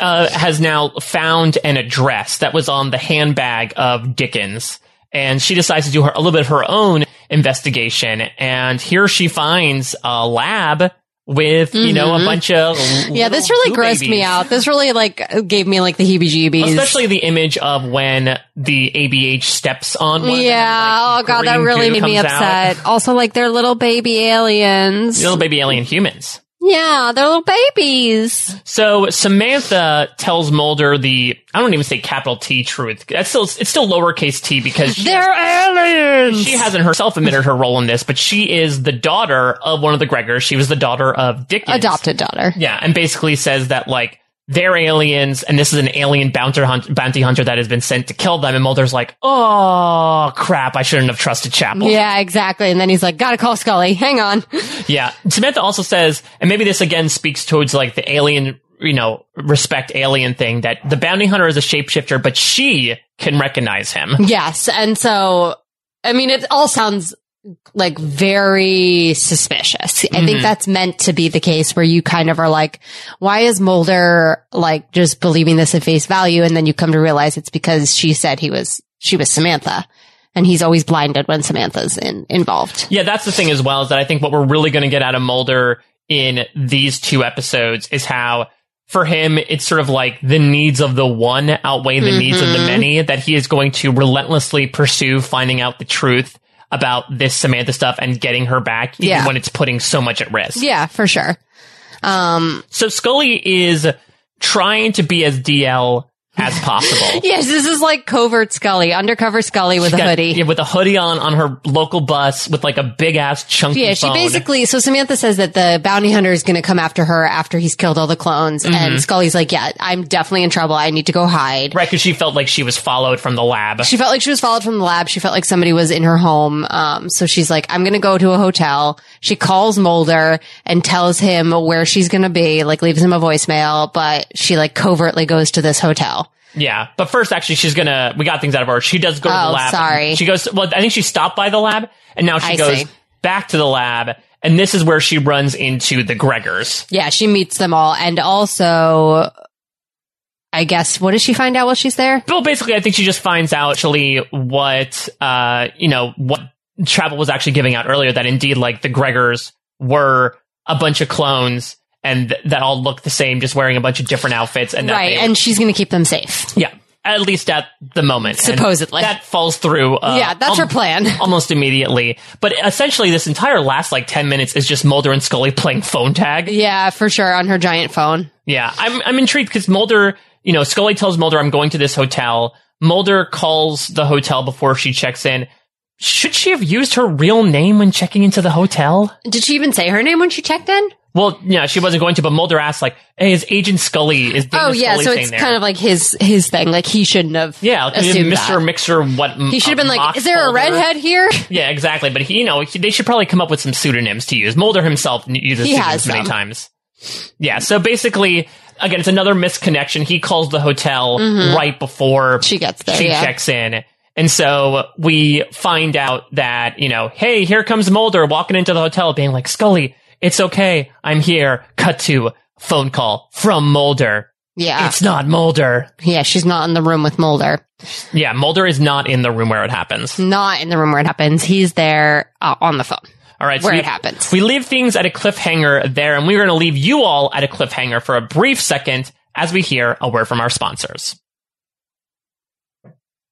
[SPEAKER 1] uh, has now found an address that was on the handbag of Dickens, and she decides to do her, a little bit of her own investigation. And here she finds a lab with you know a bunch of
[SPEAKER 2] Mm-hmm. Yeah,
[SPEAKER 1] little
[SPEAKER 2] this really
[SPEAKER 1] blue
[SPEAKER 2] grossed me
[SPEAKER 1] babies.
[SPEAKER 2] out. This really like gave me like the heebie-jeebies.
[SPEAKER 1] Especially the image of when the ABH steps on one. and,
[SPEAKER 2] yeah.
[SPEAKER 1] like,
[SPEAKER 2] oh god, that
[SPEAKER 1] green
[SPEAKER 2] really
[SPEAKER 1] goo
[SPEAKER 2] made me
[SPEAKER 1] comes out.
[SPEAKER 2] upset. Also, like they're little baby aliens.
[SPEAKER 1] Little baby alien humans.
[SPEAKER 2] Yeah, they're little babies.
[SPEAKER 1] So Samantha tells Mulder the I don't even say capital T truth. That's still it's still lowercase t because she,
[SPEAKER 2] They're aliens.
[SPEAKER 1] she hasn't herself admitted her role in this, but she is the daughter of one of the Gregors. She was the daughter of Dickens.
[SPEAKER 2] adopted daughter.
[SPEAKER 1] Yeah, and basically says that like they're aliens, and this is an alien bounty hunt, bounty hunter that has been sent to kill them. And Mulder's like, oh crap, I shouldn't have trusted Chapel.
[SPEAKER 2] Yeah, exactly. And then he's like, "Gotta call Scully. Hang on."
[SPEAKER 1] Yeah. Samantha also says, and maybe this again speaks towards like the alien, you know, respect alien thing that the bounty hunter is a shapeshifter, but she can recognize him.
[SPEAKER 2] yes, and so I mean, it all sounds like very suspicious. I think that's meant to be the case where you kind of are like, "Why is Mulder like just believing this at face value?" And then you come to realize it's because she said he was she was Samantha, and he's always blinded when Samantha's in, involved.
[SPEAKER 1] Yeah, that's the thing as well, is that I think what we're really going to get out of Mulder in these two episodes is how for him, it's sort of like the needs of the one outweigh the needs of the many, that he is going to relentlessly pursue finding out the truth about this Samantha stuff and getting her back, even
[SPEAKER 2] Yeah.
[SPEAKER 1] when it's putting so much at risk.
[SPEAKER 2] Yeah, for sure. Um,
[SPEAKER 1] So Scully is trying to be as DL as possible.
[SPEAKER 2] yes, this is like covert Scully, undercover Scully with a
[SPEAKER 1] Got-
[SPEAKER 2] hoodie.
[SPEAKER 1] yeah, with a hoodie on on her local bus with like a big ass chunky
[SPEAKER 2] Yeah, she
[SPEAKER 1] phone.
[SPEAKER 2] basically. So Samantha says that the bounty hunter is going to come after her after he's killed all the clones, and Scully's like, "Yeah, I'm definitely in trouble. I need to go hide."
[SPEAKER 1] Mm-hmm. right because she felt like she was followed from the lab.
[SPEAKER 2] She felt like she was followed from the lab. She felt like somebody was in her home. Um, so she's like, "I'm going to go to a hotel." She calls Mulder and tells him where she's going to be. Like, leaves him a voicemail, but she like covertly goes to this hotel.
[SPEAKER 1] yeah, but first actually she's gonna we got things out of her. She does go to
[SPEAKER 2] Oh,
[SPEAKER 1] the lab.
[SPEAKER 2] sorry.
[SPEAKER 1] she goes. Well, I think she stopped by the lab and now she
[SPEAKER 2] I
[SPEAKER 1] goes
[SPEAKER 2] see.
[SPEAKER 1] back to the lab. And this is where she runs into the Gregors.
[SPEAKER 2] Yeah, she meets them all, and also, I guess, what does she find out while she's there?
[SPEAKER 1] Well, basically, I think she just finds out actually what, uh, you know, what Travel was actually giving out earlier that indeed, like, the Gregors were a bunch of clones and th- that all looked the same, just wearing a bunch of different outfits. And that
[SPEAKER 2] Right,
[SPEAKER 1] they-
[SPEAKER 2] and she's going to keep them safe.
[SPEAKER 1] yeah, at least at the moment. And
[SPEAKER 2] Supposedly.
[SPEAKER 1] that falls through. Uh,
[SPEAKER 2] yeah, that's her
[SPEAKER 1] al-
[SPEAKER 2] plan.
[SPEAKER 1] Almost immediately. But essentially, this entire last, like, 10 minutes is just Mulder and Scully playing phone tag.
[SPEAKER 2] Yeah, for sure on her giant phone.
[SPEAKER 1] Yeah, I'm I'm intrigued because Mulder, you know, Scully tells Mulder, "I'm going to this hotel." Mulder calls the hotel before she checks in. Should she have used her real name when checking into the hotel?
[SPEAKER 2] Did she even say her name when she checked in?
[SPEAKER 1] Well, yeah, she wasn't going to, but Mulder asked, like, "Hey, is Agent Scully is Dana
[SPEAKER 2] oh yeah,
[SPEAKER 1] Scully
[SPEAKER 2] so
[SPEAKER 1] staying
[SPEAKER 2] it's
[SPEAKER 1] there?"
[SPEAKER 2] kind of like his his thing. Like he shouldn't have.
[SPEAKER 1] yeah, like, uh,
[SPEAKER 2] assumed
[SPEAKER 1] Mr.
[SPEAKER 2] that.
[SPEAKER 1] Mixer. What
[SPEAKER 2] He should have been like, "Is there a redhead here?"
[SPEAKER 1] Yeah, exactly. But he, you know, he- they should probably come up with some pseudonyms to use. Mulder himself n- uses
[SPEAKER 2] He has
[SPEAKER 1] pseudonyms many
[SPEAKER 2] some.
[SPEAKER 1] times. Yeah. So basically, again, it's another misconnection. He calls the hotel right before
[SPEAKER 2] Mm-hmm. She gets there.
[SPEAKER 1] she
[SPEAKER 2] yeah.
[SPEAKER 1] checks in. And so we find out that, you know, hey, here comes Mulder walking into the hotel being like, Scully, it's okay. I'm here. Cut to phone call from Mulder.
[SPEAKER 2] Yeah,
[SPEAKER 1] It's not Mulder.
[SPEAKER 2] yeah. She's not in the room with Mulder.
[SPEAKER 1] Yeah, Mulder is not in the room where it happens.
[SPEAKER 2] Not in the room where it happens. He's there uh, on the phone
[SPEAKER 1] All right. so
[SPEAKER 2] where
[SPEAKER 1] we-
[SPEAKER 2] it happens.
[SPEAKER 1] We leave things at a cliffhanger there, and we're going to leave you all at a cliffhanger for a brief second as we hear a word from our sponsors.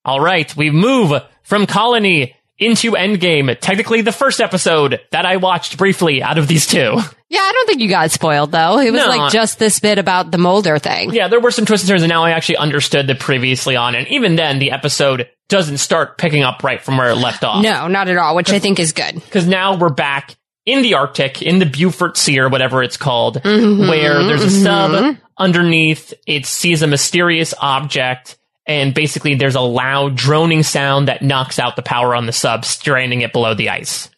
[SPEAKER 1] All right, we move from Colony into Endgame, technically the first episode that I watched briefly out of these two.
[SPEAKER 2] Yeah, I don't think you got spoiled though. It was
[SPEAKER 1] No.
[SPEAKER 2] like just this bit about the Mulder thing.
[SPEAKER 1] Yeah, there were some twists and turns, and now I actually understood the previously on, and even then, the episode doesn't start picking up right from where it left off.
[SPEAKER 2] No, not at all, which I think is good.
[SPEAKER 1] because now we're back in the Arctic, in the Beaufort Sea or whatever it's called,
[SPEAKER 2] Mm-hmm.
[SPEAKER 1] where there's a sub underneath. It sees a mysterious object, and basically there's a loud droning sound that knocks out the power on the sub, stranding it below the ice.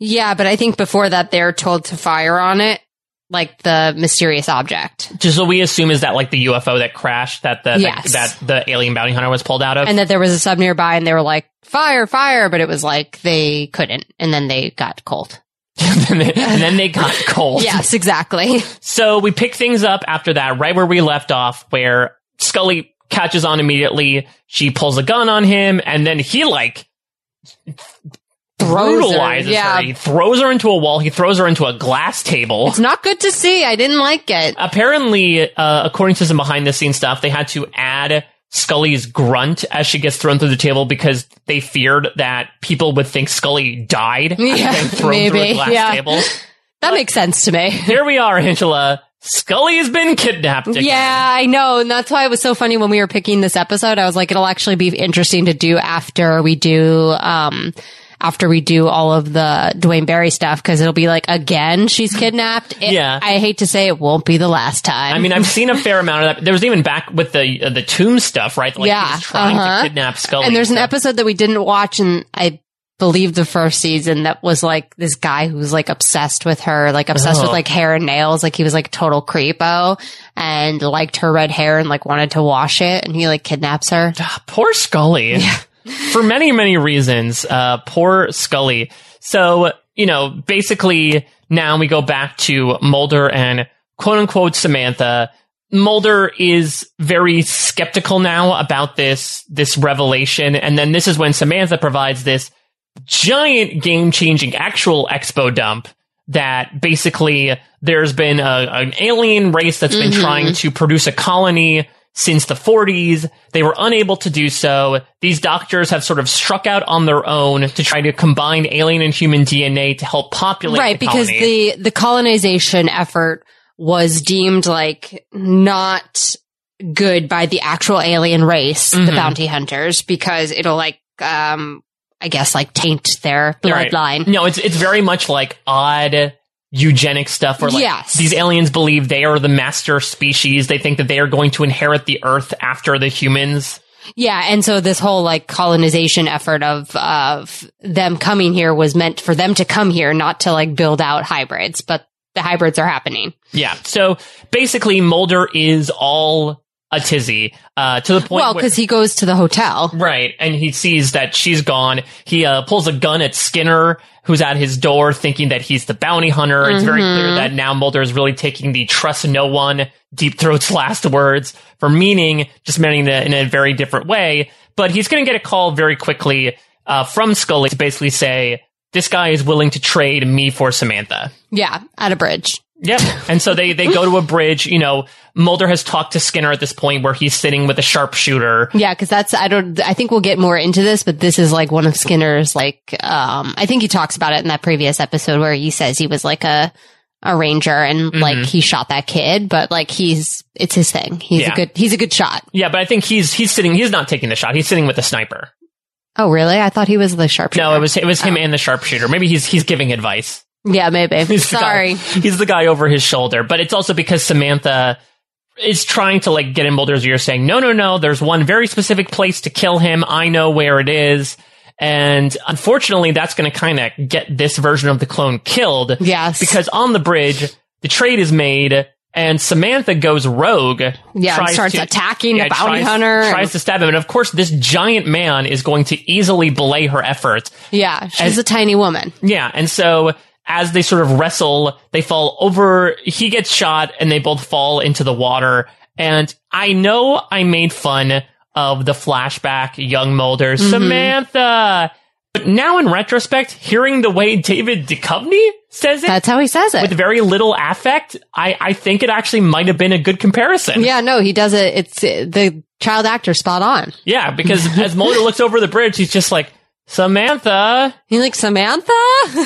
[SPEAKER 2] Yeah, but I think before that they're told to fire on it, like the mysterious object,
[SPEAKER 1] Just so we assume is that like the UFO that crashed that the
[SPEAKER 2] Yes.
[SPEAKER 1] that, that the alien bounty hunter was pulled out of.
[SPEAKER 2] and that there was a sub nearby, and they were like fire, fire, but it was like they couldn't, and then they got cold.
[SPEAKER 1] and, then, and then they got cold.
[SPEAKER 2] Yes, exactly.
[SPEAKER 1] So we pick things up after that, right where we left off, where Scully catches on immediately. She pulls a gun on him, and then he like
[SPEAKER 2] Throws her,
[SPEAKER 1] brutalizes
[SPEAKER 2] yeah.
[SPEAKER 1] her. He throws her into a wall. He throws her into a glass table.
[SPEAKER 2] It's not good to see. I didn't like it.
[SPEAKER 1] Apparently, uh, according to some behind the scenes stuff, they had to add Scully's grunt as she gets thrown through the table because they feared that people would think Scully died after
[SPEAKER 2] Yeah,
[SPEAKER 1] being thrown through a
[SPEAKER 2] maybe,
[SPEAKER 1] glass
[SPEAKER 2] yeah.
[SPEAKER 1] table.
[SPEAKER 2] That makes sense to me.
[SPEAKER 1] Here we are, Angela. Scully has been kidnapped. Again.
[SPEAKER 2] Yeah, I know. And that's why it was so funny when we were picking this episode. I was like, it'll actually be interesting to do after we do, um, after we do all of the Dwayne Barry stuff, because it'll be like, again, she's kidnapped. It-
[SPEAKER 1] Yeah.
[SPEAKER 2] I hate to say it won't be the last time.
[SPEAKER 1] I mean, I've seen a fair amount of that. There was even back with the uh, the tomb stuff, right? Like
[SPEAKER 2] Yeah,
[SPEAKER 1] he's trying
[SPEAKER 2] uh-huh.
[SPEAKER 1] to kidnap Scully.
[SPEAKER 2] and there's an
[SPEAKER 1] So-
[SPEAKER 2] episode that we didn't watch and I believe the first season that was like this guy who's like obsessed with her, like obsessed with
[SPEAKER 1] Oh.
[SPEAKER 2] like hair and nails. Like he was like total creepo and liked her red hair and like wanted to wash it and he like kidnaps her.
[SPEAKER 1] poor Scully. For many, many reasons, uh, poor Scully. So, you know, basically now we go back to Mulder and quote unquote Samantha. Mulder is very skeptical now about this, this revelation. And then this is when Samantha provides this giant game changing actual expo dump that basically there's been a, an alien race that's been
[SPEAKER 2] Mm-hmm.
[SPEAKER 1] trying to produce a colony since the 40s. They were unable to do so. These doctors have sort of struck out on their own to try to combine alien and human DNA to help populate
[SPEAKER 2] right
[SPEAKER 1] the
[SPEAKER 2] because
[SPEAKER 1] colony.
[SPEAKER 2] the the colonization effort was deemed like not good by the actual alien race the
[SPEAKER 1] Mhm.
[SPEAKER 2] bounty hunters because it'll like um i guess like taint their
[SPEAKER 1] Right.
[SPEAKER 2] bloodline
[SPEAKER 1] No, it's it's very much like odd eugenic stuff where like
[SPEAKER 2] Yes.
[SPEAKER 1] these aliens believe they are the master species. They think that they are going to inherit the earth after the humans.
[SPEAKER 2] yeah and so this whole like colonization effort of of them coming here was meant for them to come here not to like build out hybrids but the hybrids are happening
[SPEAKER 1] Yeah. So basically Mulder is all a tizzy, uh, to the point
[SPEAKER 2] well
[SPEAKER 1] where-
[SPEAKER 2] because he goes to the hotel
[SPEAKER 1] Right, and he sees that she's gone. He uh, pulls a gun at Skinner, who's at his door, thinking that he's the bounty hunter. It's very
[SPEAKER 2] Mm-hmm.
[SPEAKER 1] clear that now Mulder is really taking the trust no one, Deep Throat's last words for meaning, just meaning that in a very different way. But he's going to get a call very quickly uh, from Scully to basically say, this guy is willing to trade me for Samantha.
[SPEAKER 2] yeah at a bridge
[SPEAKER 1] Yep. And so they, they go to a bridge. You know, Mulder has talked to Skinner at this point where he's sitting with a sharpshooter.
[SPEAKER 2] Yeah, because that's I don't I think we'll get more into this, but this is like one of Skinner's like um I think he talks about it in that previous episode where he says he was like a a ranger and
[SPEAKER 1] Mm-hmm.
[SPEAKER 2] like he shot that kid, but like he's it's his thing. He's
[SPEAKER 1] Yeah.
[SPEAKER 2] a good he's a good shot.
[SPEAKER 1] Yeah, but I think he's he's sitting. He's not taking the shot. He's sitting with the sniper.
[SPEAKER 2] Oh really? I thought he was the sharpshooter.
[SPEAKER 1] No, it was it was him and the sharpshooter. Maybe he's he's giving advice.
[SPEAKER 2] yeah, maybe.
[SPEAKER 1] He's the
[SPEAKER 2] Sorry.
[SPEAKER 1] guy, he's the guy over his shoulder. But it's also because Samantha is trying to like get in Mulder's ear, saying, "No, no, no. There's one very specific place to kill him. I know where it is." And unfortunately, that's going to kind of get this version of the clone killed.
[SPEAKER 2] Yes.
[SPEAKER 1] because on the bridge, the trade is made. And Samantha goes rogue.
[SPEAKER 2] Yeah,
[SPEAKER 1] tries
[SPEAKER 2] starts attacking the bounty
[SPEAKER 1] tries-
[SPEAKER 2] hunter.
[SPEAKER 1] Tries to stab him, and of course, this giant man is going to easily belay her efforts.
[SPEAKER 2] yeah, she's a tiny woman.
[SPEAKER 1] Yeah, and so as they sort of wrestle, they fall over. He gets shot, and they both fall into the water. And I know I made fun of the flashback, young Mulder, Samantha. But now in retrospect, hearing the way David Duchovny says it
[SPEAKER 2] That's how he says it.
[SPEAKER 1] with very little affect, I, I think it actually might have been a good comparison.
[SPEAKER 2] yeah, no, he does it. It's uh, the child actor spot on.
[SPEAKER 1] Yeah, because as Mulder looks over the bridge, he's just like, Samantha.
[SPEAKER 2] He's like, Samantha?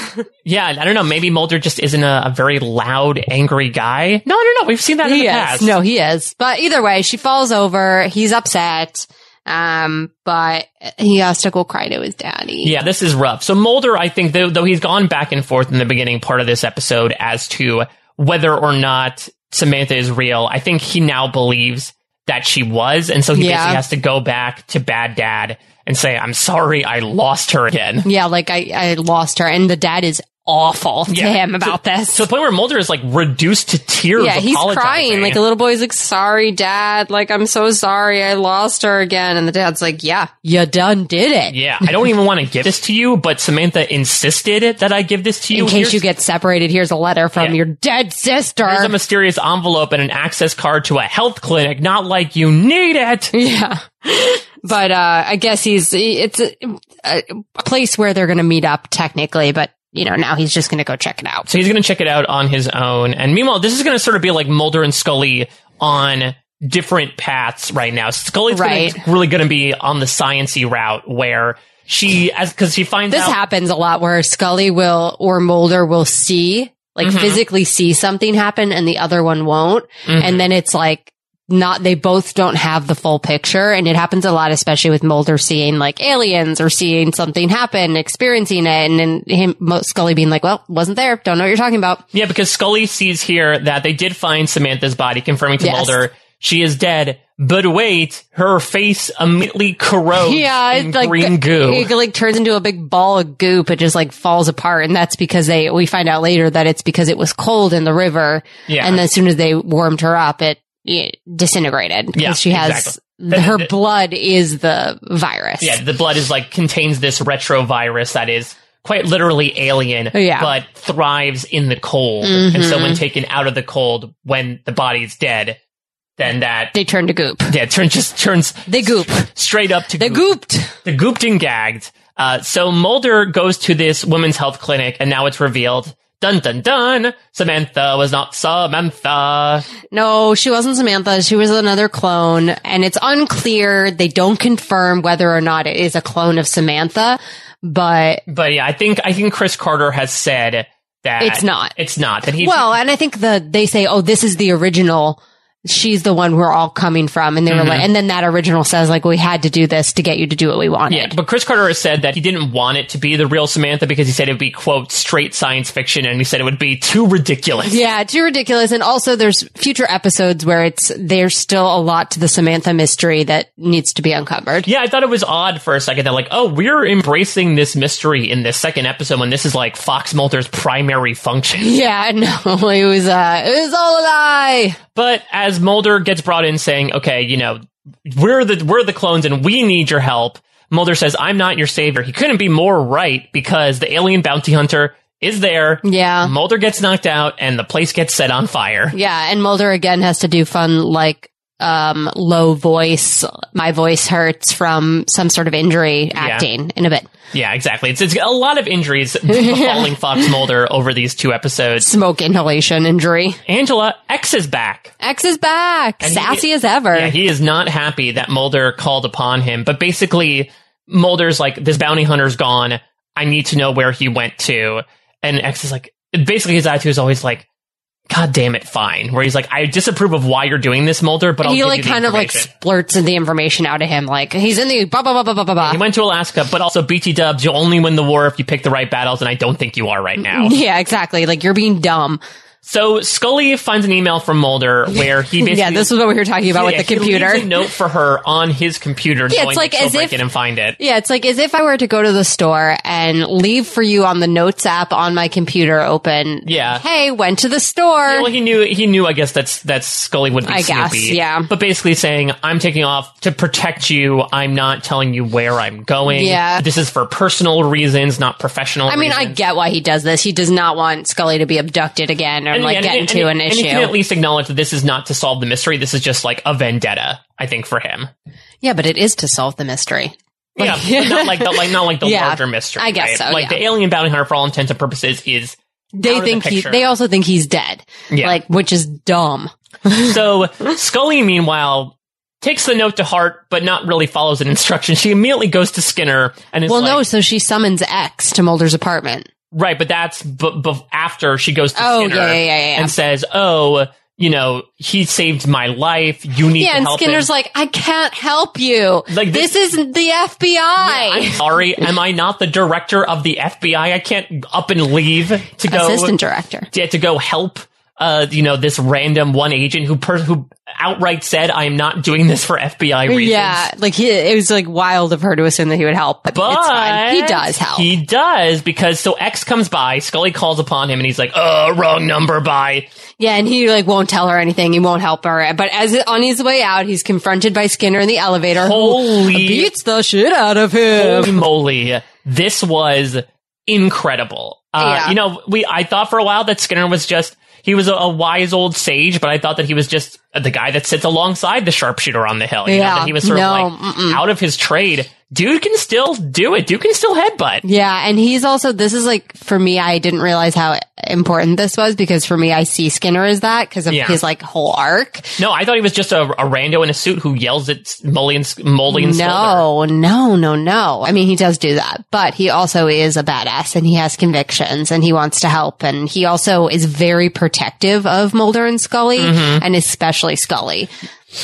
[SPEAKER 1] Yeah, I don't know. Maybe Mulder just isn't a, a very loud, angry guy. No, no, no. We've seen that in
[SPEAKER 2] he
[SPEAKER 1] the
[SPEAKER 2] is.
[SPEAKER 1] past.
[SPEAKER 2] No, he is. But either way, she falls over. He's upset. Um, but he has to go cry to his daddy.
[SPEAKER 1] Yeah, this is rough. So Mulder, I think, though, though he's gone back and forth in the beginning part of this episode as to whether or not Samantha is real, I think he now believes that she was. And so he
[SPEAKER 2] Yeah.
[SPEAKER 1] basically has to go back to Bad Dad and say, I'm sorry, I lost her again.
[SPEAKER 2] Yeah, like I, I lost her, and the dad is awful to
[SPEAKER 1] Yeah.
[SPEAKER 2] him about this.
[SPEAKER 1] To the point where Mulder is like reduced to tears.
[SPEAKER 2] yeah, he's crying.
[SPEAKER 1] apologizing.
[SPEAKER 2] Like a little boy's like, sorry, dad. Like, I'm so sorry. I lost her again. And the dad's like, yeah, you done did it.
[SPEAKER 1] Yeah, I don't even want to give this to you, but Samantha insisted that I give this to you.
[SPEAKER 2] In case
[SPEAKER 1] Here's-
[SPEAKER 2] you get separated, here's a letter from
[SPEAKER 1] Yeah.
[SPEAKER 2] your dead sister.
[SPEAKER 1] Here's a mysterious envelope and an access card to a health clinic. Not like you need it.
[SPEAKER 2] yeah. But uh I guess he's it's a, a place where they're going to meet up technically, but you know, now he's just going to go check it out.
[SPEAKER 1] So he's going to check it out on his own. And meanwhile, this is going to sort of be like Mulder and Scully on different paths right now. Scully's gonna-
[SPEAKER 2] Right.
[SPEAKER 1] really going to be on the sciency route where she, as because she finds
[SPEAKER 2] This
[SPEAKER 1] out.
[SPEAKER 2] happens a lot where Scully will or Mulder will see, like physically see something happen and the other one won't. And then it's like not, they both don't have the full picture. And it happens a lot, especially with Mulder seeing like aliens or seeing something happen, experiencing it. And then him, Mo- Scully being like, well, wasn't there. Don't know what you're talking about.
[SPEAKER 1] Yeah, because Scully sees here that they did find Samantha's body, confirming to
[SPEAKER 2] Yes.
[SPEAKER 1] Mulder she is dead. But wait, her face immediately corrodes.
[SPEAKER 2] Yeah,
[SPEAKER 1] in
[SPEAKER 2] it's like
[SPEAKER 1] green goo.
[SPEAKER 2] It like turns into a big ball of goop. It just like falls apart, and that's because they. We find out later that it's because it was cold in the river.
[SPEAKER 1] Yeah.
[SPEAKER 2] and as soon as they warmed her up, it, it disintegrated because
[SPEAKER 1] Yeah,
[SPEAKER 2] she has
[SPEAKER 1] exactly.
[SPEAKER 2] th- her blood is the virus.
[SPEAKER 1] yeah, the blood is like contains this retrovirus that is quite literally alien,
[SPEAKER 2] Oh, Yeah. Mm-hmm.
[SPEAKER 1] but thrives in the cold. And so when taken out of the cold, when the body is dead, then that
[SPEAKER 2] they turn to goop.
[SPEAKER 1] yeah, turn just turns
[SPEAKER 2] They goop.
[SPEAKER 1] straight up to
[SPEAKER 2] They
[SPEAKER 1] goop.
[SPEAKER 2] gooped.
[SPEAKER 1] the gooped and gagged. Uh, so Mulder goes to this women's health clinic, and now it's revealed. Dun dun dun! Samantha was not Samantha.
[SPEAKER 2] No, she wasn't Samantha. She was another clone. And it's unclear. They don't confirm whether or not it is a clone of Samantha, but
[SPEAKER 1] But yeah, I think I think Chris Carter has said that
[SPEAKER 2] It's not.
[SPEAKER 1] It's not that he.
[SPEAKER 2] Well, and I think the they say, "Oh, this is the original. She's the one we're all coming from." And they were like, and then that original says, "Like we had to do this to get you to do what we wanted."
[SPEAKER 1] yeah, but Chris Carter has said that he didn't want it to be the real Samantha because he said it would be quote straight science fiction, and he said it would be too ridiculous.
[SPEAKER 2] Yeah, too ridiculous. And also, there's future episodes where it's there's still a lot to the Samantha mystery that needs to be uncovered.
[SPEAKER 1] Yeah, I thought it was odd for a second that like, oh, we're embracing this mystery in this second episode when this is like Fox Mulder's primary function.
[SPEAKER 2] Yeah, no, it was uh, it was all a lie.
[SPEAKER 1] But as Mulder gets brought in saying, okay, you know, we're the, we're the clones and we need your help. Mulder says, I'm not your savior. He couldn't be more right because the alien bounty hunter is there.
[SPEAKER 2] Yeah.
[SPEAKER 1] Mulder gets knocked out and the place gets set on fire.
[SPEAKER 2] Yeah, and Mulder again has to do fun like um low voice my voice hurts from some sort of injury acting in a bit
[SPEAKER 1] Yeah, exactly. It's, it's a lot of injuries befalling Fox Mulder over these two episodes.
[SPEAKER 2] smoke inhalation injury
[SPEAKER 1] Angela X is back.
[SPEAKER 2] X is back,
[SPEAKER 1] And he-
[SPEAKER 2] sassy as ever.
[SPEAKER 1] Yeah, he is not happy that Mulder called upon him. But basically, Mulder's like, this bounty hunter's gone. I need to know where he went to. And X is like, basically, his attitude is always like, God damn it, fine. Where he's like, I disapprove of why you're doing this, Mulder, but I'll
[SPEAKER 2] he
[SPEAKER 1] give
[SPEAKER 2] like
[SPEAKER 1] you the
[SPEAKER 2] kind of like
[SPEAKER 1] information."
[SPEAKER 2] splurts the information out of him, like he's in the blah blah blah blah blah blah.
[SPEAKER 1] He
[SPEAKER 2] blah.
[SPEAKER 1] went to Alaska, but also BT dubs, you'll only win the war if you pick the right battles, and I don't think you are
[SPEAKER 2] Mm,
[SPEAKER 1] right now.
[SPEAKER 2] Yeah, exactly. Like you're being dumb.
[SPEAKER 1] So Scully finds an email from Mulder where he basically
[SPEAKER 2] yeah, this is what we were talking about
[SPEAKER 1] Yeah,
[SPEAKER 2] with the
[SPEAKER 1] he leaves
[SPEAKER 2] computer.
[SPEAKER 1] a note for her on his computer
[SPEAKER 2] Yeah,
[SPEAKER 1] knowing
[SPEAKER 2] it's like
[SPEAKER 1] that she'll
[SPEAKER 2] as
[SPEAKER 1] break
[SPEAKER 2] if-
[SPEAKER 1] it and find it.
[SPEAKER 2] Yeah, it's like as if I were to go to the store and leave for you on the notes app on my computer open.
[SPEAKER 1] Yeah.
[SPEAKER 2] Hey, went to the store.
[SPEAKER 1] Well, he knew. He knew. I guess that's that's Scully would be.
[SPEAKER 2] I guess,
[SPEAKER 1] snoopy.
[SPEAKER 2] yeah.
[SPEAKER 1] But basically saying, I'm taking off to protect you. I'm not telling you where I'm going.
[SPEAKER 2] Yeah.
[SPEAKER 1] This is for personal reasons, not professional.
[SPEAKER 2] I mean, I get why he does this. He does not want Scully to be abducted again or like get into an
[SPEAKER 1] and he
[SPEAKER 2] issue.
[SPEAKER 1] can at least acknowledge that this is not to solve the mystery. This is just like a vendetta. I think for him.
[SPEAKER 2] yeah, but it is to solve the mystery. Like-
[SPEAKER 1] yeah, but not like the like not like the
[SPEAKER 2] Yeah,
[SPEAKER 1] larger mystery.
[SPEAKER 2] I guess
[SPEAKER 1] right?
[SPEAKER 2] so,
[SPEAKER 1] Like
[SPEAKER 2] yeah.
[SPEAKER 1] the alien bounty hunter, for all intents and purposes, is out
[SPEAKER 2] They
[SPEAKER 1] of the
[SPEAKER 2] think he,
[SPEAKER 1] picture.
[SPEAKER 2] they also think he's dead.
[SPEAKER 1] Yeah.
[SPEAKER 2] Like, which is dumb.
[SPEAKER 1] so. Scully, meanwhile, takes the note to heart, but not really follows an instruction. She immediately goes to Skinner and is
[SPEAKER 2] well,
[SPEAKER 1] like,
[SPEAKER 2] no, so she summons X to Mulder's apartment.
[SPEAKER 1] right, but that's b- b- after she goes to
[SPEAKER 2] Oh,
[SPEAKER 1] Skinner
[SPEAKER 2] yeah, yeah, yeah, yeah.
[SPEAKER 1] and says, "Oh, you know, he saved my life. You need
[SPEAKER 2] Yeah,
[SPEAKER 1] to
[SPEAKER 2] and
[SPEAKER 1] help
[SPEAKER 2] Skinner's
[SPEAKER 1] him."
[SPEAKER 2] like, I can't help you.
[SPEAKER 1] Like,
[SPEAKER 2] Like,
[SPEAKER 1] this-
[SPEAKER 2] this, isn't the FBI.
[SPEAKER 1] I'm sorry, am I not the director of the FBI? I can't up and leave to go
[SPEAKER 2] Assistant director.
[SPEAKER 1] to, to go help uh you know this random one agent who per- who outright said I am not doing this for FBI reasons.
[SPEAKER 2] Yeah, like he, it was like wild of her to assume that he would help, but,
[SPEAKER 1] But
[SPEAKER 2] it's fine. He does help.
[SPEAKER 1] He does because so X comes by, Scully calls upon him, and he's like, "Uh, wrong number." By
[SPEAKER 2] yeah, and he like won't tell her anything. He won't help her. But as on his way out, he's confronted by Skinner in the elevator. who
[SPEAKER 1] Holy-
[SPEAKER 2] beats the shit out of him.
[SPEAKER 1] holy moly, this was incredible. Uh,
[SPEAKER 2] Yeah.
[SPEAKER 1] You know, we I thought for a while that Skinner was just he was a, a wise old sage, but I thought that he was just the guy that sits alongside the sharpshooter on the hill. You know,
[SPEAKER 2] Yeah.
[SPEAKER 1] that he was sort
[SPEAKER 2] No,
[SPEAKER 1] of like out of his trade. Dude can still do it. Dude can still headbutt.
[SPEAKER 2] Yeah, and he's also this is like for me I didn't realize how important this was because for me I see Skinner as that because of
[SPEAKER 1] Yeah.
[SPEAKER 2] his like whole arc.
[SPEAKER 1] No, I thought he was just a, a rando in a suit who yells at Mully and, Mully and Skulder.
[SPEAKER 2] No, no, no, no. I mean, he does do that, but he also is a badass and he has convictions and he wants to help. And he also is very protective of Mulder and Scully and especially Scully.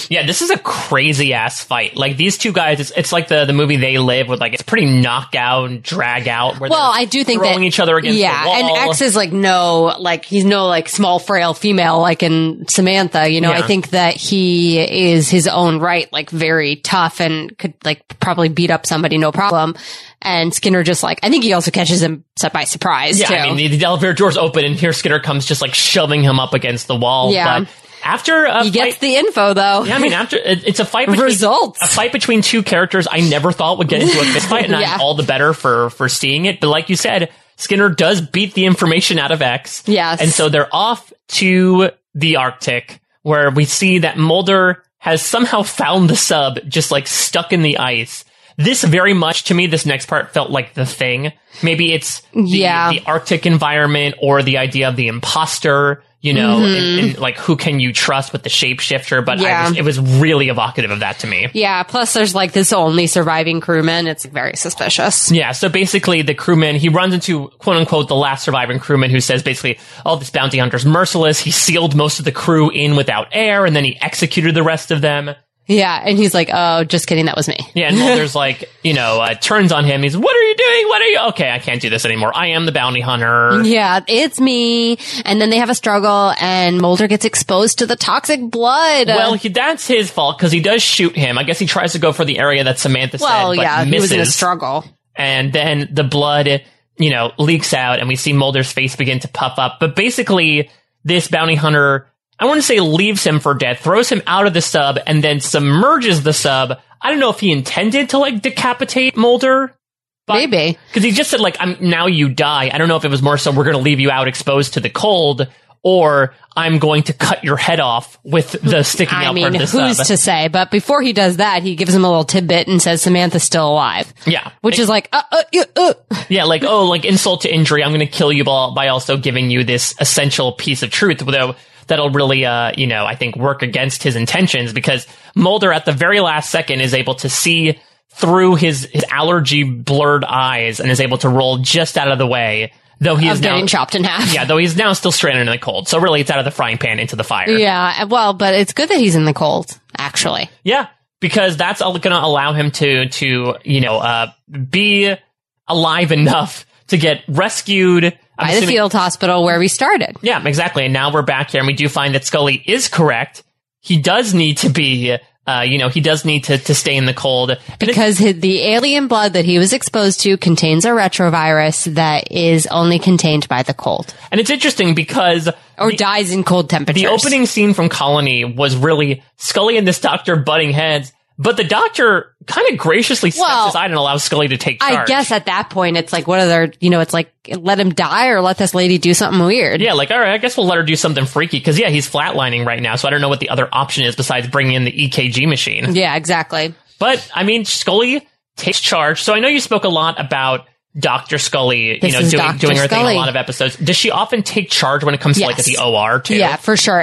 [SPEAKER 1] Yeah, this is a crazy ass fight. Like these two guys, it's, it's like the, the movie They Live with like it's pretty knockout and drag out. Where
[SPEAKER 2] Well,
[SPEAKER 1] they're
[SPEAKER 2] I do think
[SPEAKER 1] throwing
[SPEAKER 2] that
[SPEAKER 1] each other against
[SPEAKER 2] yeah,
[SPEAKER 1] the wall.
[SPEAKER 2] and X is like no, like he's no like small frail female like in Samantha. You know,
[SPEAKER 1] Yeah.
[SPEAKER 2] I think that he is his own right, like very tough and could like probably beat up somebody no problem. And Skinner just like I think he also catches him by surprise
[SPEAKER 1] yeah,
[SPEAKER 2] too.
[SPEAKER 1] I mean the, the elevator doors open and here Skinner comes just like shoving him up against the wall.
[SPEAKER 2] Yeah.
[SPEAKER 1] but after a
[SPEAKER 2] he gets
[SPEAKER 1] fight-
[SPEAKER 2] the info though.
[SPEAKER 1] yeah, I mean after it, it's a fight between
[SPEAKER 2] Results.
[SPEAKER 1] a fight between two characters I never thought would get into a fist fight, and
[SPEAKER 2] Yeah.
[SPEAKER 1] I'm all the better for for seeing it. But like you said, Skinner does beat the information out of X.
[SPEAKER 2] Yes.
[SPEAKER 1] And so they're off to the Arctic, where we see that Mulder has somehow found the sub just like stuck in the ice. This very much to me, this next part felt like the thing. Maybe it's the,
[SPEAKER 2] Yeah.
[SPEAKER 1] the Arctic environment or the idea of the imposter, you know, and, and like who can you trust with the shapeshifter. But I
[SPEAKER 2] Yeah.
[SPEAKER 1] was, it was really evocative of that to me.
[SPEAKER 2] Yeah, plus there's like this only surviving crewman. It's very suspicious.
[SPEAKER 1] Yeah, so basically the crewman, he runs into quote unquote the last surviving crewman who says basically, oh, this bounty hunter's merciless. He sealed most of the crew in without air and then he executed the rest of them.
[SPEAKER 2] Yeah, and he's like, "Oh, just kidding, that was me."
[SPEAKER 1] Yeah, and Mulder's like, you know, uh, turns on him. He's, what are you doing? What are you? Okay, I can't do this anymore. I am the bounty hunter.
[SPEAKER 2] Yeah, it's me. And then they have a struggle, and Mulder gets exposed to the toxic blood.
[SPEAKER 1] Well, he, that's his fault because he does shoot him. I guess he tries to go for the area that Samantha
[SPEAKER 2] Well,
[SPEAKER 1] said, but
[SPEAKER 2] yeah,
[SPEAKER 1] misses.
[SPEAKER 2] he was in a struggle.
[SPEAKER 1] and then the blood, you know, leaks out, and we see Mulder's face begin to puff up. But basically, this bounty hunter, I want to say, leaves him for dead, throws him out of the sub, and then submerges the sub. I don't know if he intended to like decapitate Mulder
[SPEAKER 2] Maybe.
[SPEAKER 1] because he just said like, "I'm now you die." I don't know if it was more so we're going to leave you out exposed to the cold, or I'm going to cut your head off with the sticking
[SPEAKER 2] I
[SPEAKER 1] out
[SPEAKER 2] mean,
[SPEAKER 1] part of the
[SPEAKER 2] who's
[SPEAKER 1] sub.
[SPEAKER 2] to say? But before he does that, he gives him a little tidbit and says Samantha's still alive.
[SPEAKER 1] yeah,
[SPEAKER 2] Which is like, uh, uh, uh, uh.
[SPEAKER 1] Yeah, like, oh, like insult to injury. I'm going to kill you by, by also giving you this essential piece of truth, though that'll really, uh, you know, I think work against his intentions because Mulder at the very last second is able to see through his, his allergy blurred eyes and is able to roll just out of the way, though he
[SPEAKER 2] of
[SPEAKER 1] is now,
[SPEAKER 2] getting chopped in half.
[SPEAKER 1] yeah, though he's now still stranded in the cold. So really it's out of the frying pan into the fire.
[SPEAKER 2] Yeah, well, but it's good that he's in the cold, actually.
[SPEAKER 1] Yeah, because that's going to allow him to to you know uh, be alive enough to get rescued I'm
[SPEAKER 2] By the
[SPEAKER 1] assuming-
[SPEAKER 2] field hospital where we started.
[SPEAKER 1] Yeah, exactly. And now we're back here, and we do find that Scully is correct. He does need to be. Uh, you know, he does need to, to stay in the cold. And it-
[SPEAKER 2] Because hi- the alien blood that he was exposed to contains a retrovirus that is only contained by the cold
[SPEAKER 1] and it's interesting because
[SPEAKER 2] or dies in cold temperatures.
[SPEAKER 1] The opening scene from Colony was really Scully and this doctor butting heads, but the doctor kind of graciously steps
[SPEAKER 2] Well,
[SPEAKER 1] aside and allows Scully to take charge.
[SPEAKER 2] I guess at that point, it's like, what are their, you know, it's like, let him die or let this lady do something weird.
[SPEAKER 1] Yeah, like, all right, I guess we'll let her do something freaky because, yeah, he's flatlining right now, so I don't know what the other option is besides bringing in the EKG E machine.
[SPEAKER 2] Yeah, exactly.
[SPEAKER 1] But, I mean, Scully takes charge. So I know you spoke a lot about Dr. Scully,
[SPEAKER 2] This
[SPEAKER 1] you know,
[SPEAKER 2] is
[SPEAKER 1] doing,
[SPEAKER 2] Dr.
[SPEAKER 1] doing her thing in
[SPEAKER 2] Scully.
[SPEAKER 1] a lot of episodes. Does she often take charge when it comes to like
[SPEAKER 2] Yes.
[SPEAKER 1] the OR too?
[SPEAKER 2] Yeah, for sure.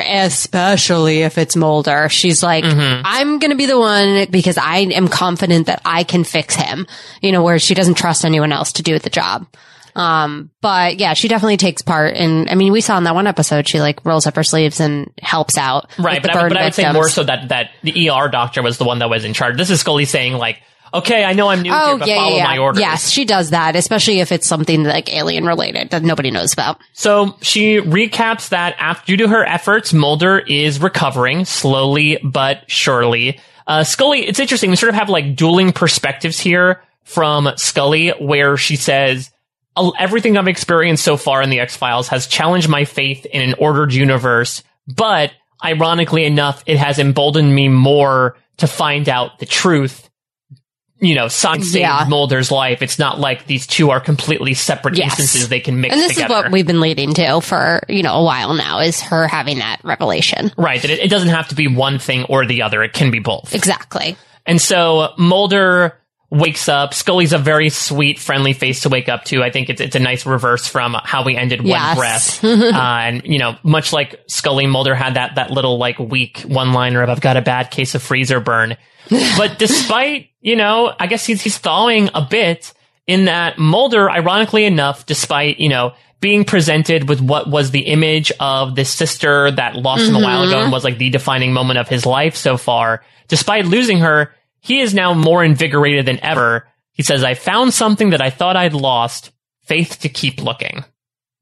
[SPEAKER 2] Especially if it's Mulder. She's like,
[SPEAKER 1] Mm-hmm.
[SPEAKER 2] I'm going to be the one because I am confident that I can fix him, you know, where she doesn't trust anyone else to do the job. Um, but yeah, she definitely takes part. And I mean, we saw in that one episode, she like rolls up her sleeves and helps out.
[SPEAKER 1] Right,
[SPEAKER 2] with the
[SPEAKER 1] but I,
[SPEAKER 2] burn
[SPEAKER 1] but I would say
[SPEAKER 2] victims.
[SPEAKER 1] more so that that the ER doctor was the one that was in charge. This is Scully saying like, "Okay, I know I'm new here,
[SPEAKER 2] Oh
[SPEAKER 1] but
[SPEAKER 2] yeah,
[SPEAKER 1] follow
[SPEAKER 2] yeah, yeah.
[SPEAKER 1] my orders."
[SPEAKER 2] Yes, she does that, especially if it's something like alien related that nobody knows about.
[SPEAKER 1] So she recaps that after due to her efforts, Mulder is recovering slowly but surely. Uh, Scully, it's interesting. We sort of have like dueling perspectives here from Scully, where she says, "Al- "Everything I've experienced so far in the X Files has challenged my faith in an ordered universe, but ironically enough, it has emboldened me more to find out the truth." You know, Sonic saved
[SPEAKER 2] Yeah.
[SPEAKER 1] Mulder's life. It's not like these two are completely separate
[SPEAKER 2] Yes.
[SPEAKER 1] instances they can mix
[SPEAKER 2] And this
[SPEAKER 1] together.
[SPEAKER 2] is what we've been leading to for, you know, a while now is her having that revelation.
[SPEAKER 1] Right, that it, it doesn't have to be one thing or the other. It can be both.
[SPEAKER 2] Exactly.
[SPEAKER 1] And so Mulder wakes up. Scully's a very sweet, friendly face to wake up to. I think it's it's a nice reverse from how we ended
[SPEAKER 2] Yes.
[SPEAKER 1] one breath. uh, and you know, much like Scully, Mulder had that that little like weak one liner of "I've got a bad case of freezer burn." but despite you know, I guess he's he's thawing a bit in that Mulder, ironically enough, despite you know. Being presented with what was the image of this sister that lost him a while ago and was like the defining moment of his life so far, despite losing her, he is now more invigorated than ever. He says, I found something that I thought I'd lost faith to keep looking.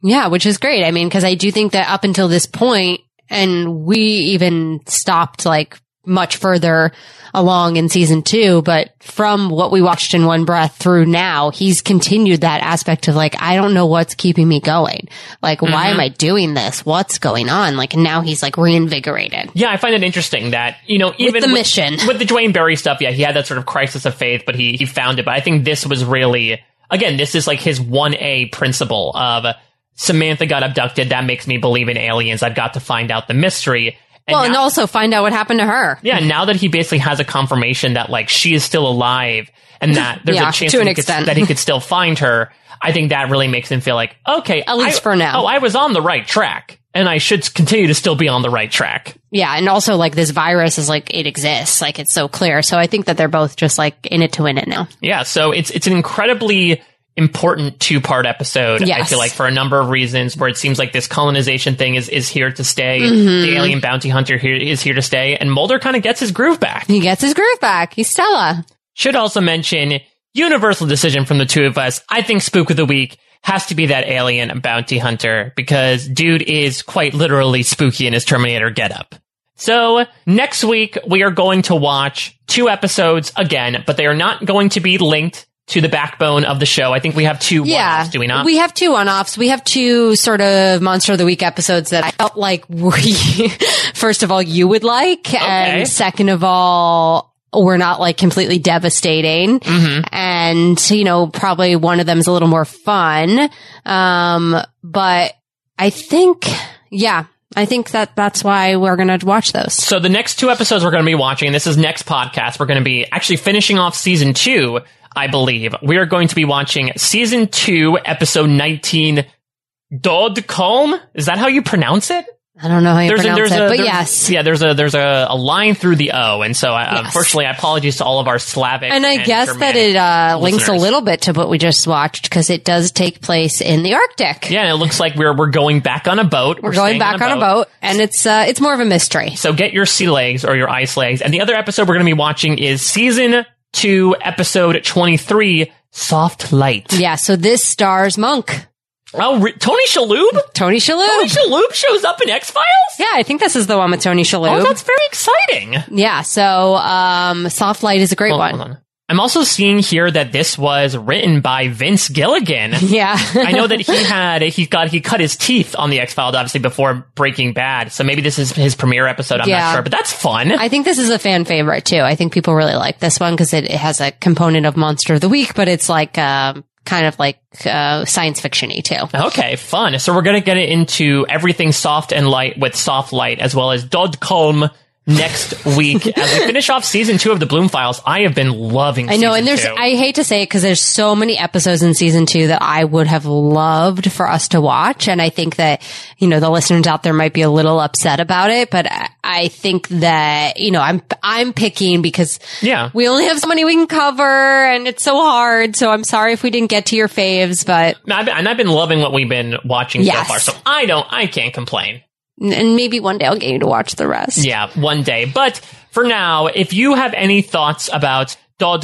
[SPEAKER 2] Yeah, which is great. I mean, because I do think that up until this point, and we even stopped like much further along in season two, but from what we watched in One Breath through now, he's continued that aspect of like, I don't know what's keeping me going. Like, why am I doing this? What's going on? Like, now he's like reinvigorated.
[SPEAKER 1] Yeah, I find it interesting that, you know, even
[SPEAKER 2] the mission.
[SPEAKER 1] with the Dwayne Berry stuff, yeah, he had that sort of crisis of faith, but he, he found it. But I think this was really, again, this is like his 1A principle of Samantha got abducted. That makes me believe in aliens. I've got to find out the mystery. And
[SPEAKER 2] well,
[SPEAKER 1] now-
[SPEAKER 2] and also find out what happened to her.
[SPEAKER 1] yeah, now that he basically has a confirmation that like she is still alive and that there's
[SPEAKER 2] Yeah,
[SPEAKER 1] a chance
[SPEAKER 2] to
[SPEAKER 1] that,
[SPEAKER 2] an
[SPEAKER 1] he could,
[SPEAKER 2] extent.
[SPEAKER 1] that he could still find her, I think that really makes him feel like okay, at
[SPEAKER 2] least for now.
[SPEAKER 1] Oh, I was on the right track, and I should s- continue to still be on the right track.
[SPEAKER 2] Yeah, and also like this virus is like it exists, like it's so clear. So I think that they're both just like in it to win it now.
[SPEAKER 1] Yeah, so it's it's an incredibly important two part episode. I
[SPEAKER 2] Yes.
[SPEAKER 1] feel like for a number of reasons, where it seems like this colonization thing is is here to stay. The alien bounty hunter here is here to stay, and Mulder kind of gets his groove back.
[SPEAKER 2] He gets his groove back. He's Stella.
[SPEAKER 1] Should also mention universal decision from the two of us. I think spook of the week has to be that alien bounty hunter because dude is quite literally spooky in his Terminator getup. So next week we are going to watch two episodes again, but they are not going to be linked to the backbone of the show. I think we have two
[SPEAKER 2] Yeah.
[SPEAKER 1] one-offs, do we not?
[SPEAKER 2] We have two on offs. We have two sort of Monster of the Week episodes that I felt like we, first of all, you would like.
[SPEAKER 1] Okay.
[SPEAKER 2] And second of all, we're not like completely devastating.
[SPEAKER 1] Mm-hmm.
[SPEAKER 2] And, you know, probably one of them is a little more fun. Um, but I think, yeah, I think that that's why we're going to watch those.
[SPEAKER 1] So the next two episodes we're going to be watching, and this is next podcast, we're going to be actually finishing off season two, I believe. We are going to be watching season two, episode 19, Dodcom? Is that how you pronounce it?
[SPEAKER 2] I don't know how you pronounce it, but
[SPEAKER 1] there's-
[SPEAKER 2] yes.
[SPEAKER 1] Yeah, there's a, there's a, a line through the O. And so, I,
[SPEAKER 2] Yes.
[SPEAKER 1] unfortunately, I apologies to all of our Slavic.
[SPEAKER 2] And I guess
[SPEAKER 1] Germanic
[SPEAKER 2] that it uh, links a
[SPEAKER 1] listeners.
[SPEAKER 2] little bit to what we just watched because it does take place in the Arctic.
[SPEAKER 1] Yeah, and it looks like we're, we're going back on a boat.
[SPEAKER 2] We're going
[SPEAKER 1] staying
[SPEAKER 2] back on a, boat, and it's uh, it's more of a mystery.
[SPEAKER 1] So get your sea legs or your ice legs. And the other episode we're going to be watching is season two, episode 23, Soft Light.
[SPEAKER 2] Yeah. So this stars Monk,
[SPEAKER 1] Oh, re- Tony Shalhoub?
[SPEAKER 2] Tony Shalhoub.
[SPEAKER 1] Tony Shalhoub shows up in X Files?
[SPEAKER 2] yeah, I think this is the one with Tony
[SPEAKER 1] Oh,
[SPEAKER 2] Shalhoub.
[SPEAKER 1] that's very exciting.
[SPEAKER 2] yeah. So um, Soft Light is a great
[SPEAKER 1] Hold on,
[SPEAKER 2] one.
[SPEAKER 1] hold on. I'm also seeing here that this was written by Vince Gilligan.
[SPEAKER 2] Yeah.
[SPEAKER 1] I know that he had he got he cut his teeth on the X Files obviously before Breaking Bad, so maybe this is his premiere episode. I'm
[SPEAKER 2] Yeah.
[SPEAKER 1] not sure, but that's fun.
[SPEAKER 2] I think this is a fan favorite too. I think people really like this one because it, it has a component of Monster of the Week, but it's like um, kind of like uh, science fictiony too.
[SPEAKER 1] Okay, fun. So we're going to get into everything soft and light with soft light, as well as Dodcom, next week as we finish off season two of the Bloom Files. I have been loving.
[SPEAKER 2] I know,
[SPEAKER 1] season
[SPEAKER 2] and there's
[SPEAKER 1] two.
[SPEAKER 2] I hate to say it because there's so many episodes in season two that I would have loved for us to watch, and I think that you know the listeners out there might be a little upset about it, but I, I think that you know I'm I'm picking because
[SPEAKER 1] Yeah.
[SPEAKER 2] we only have so many we can cover, and it's so hard. So I'm sorry if we didn't get to your faves, but
[SPEAKER 1] No, I've been, and I've been loving what we've been watching
[SPEAKER 2] Yes.
[SPEAKER 1] so far. So I don't, I can't complain.
[SPEAKER 2] and maybe one day I'll get you to watch the rest.
[SPEAKER 1] Yeah, one day. But for now, if you have any thoughts about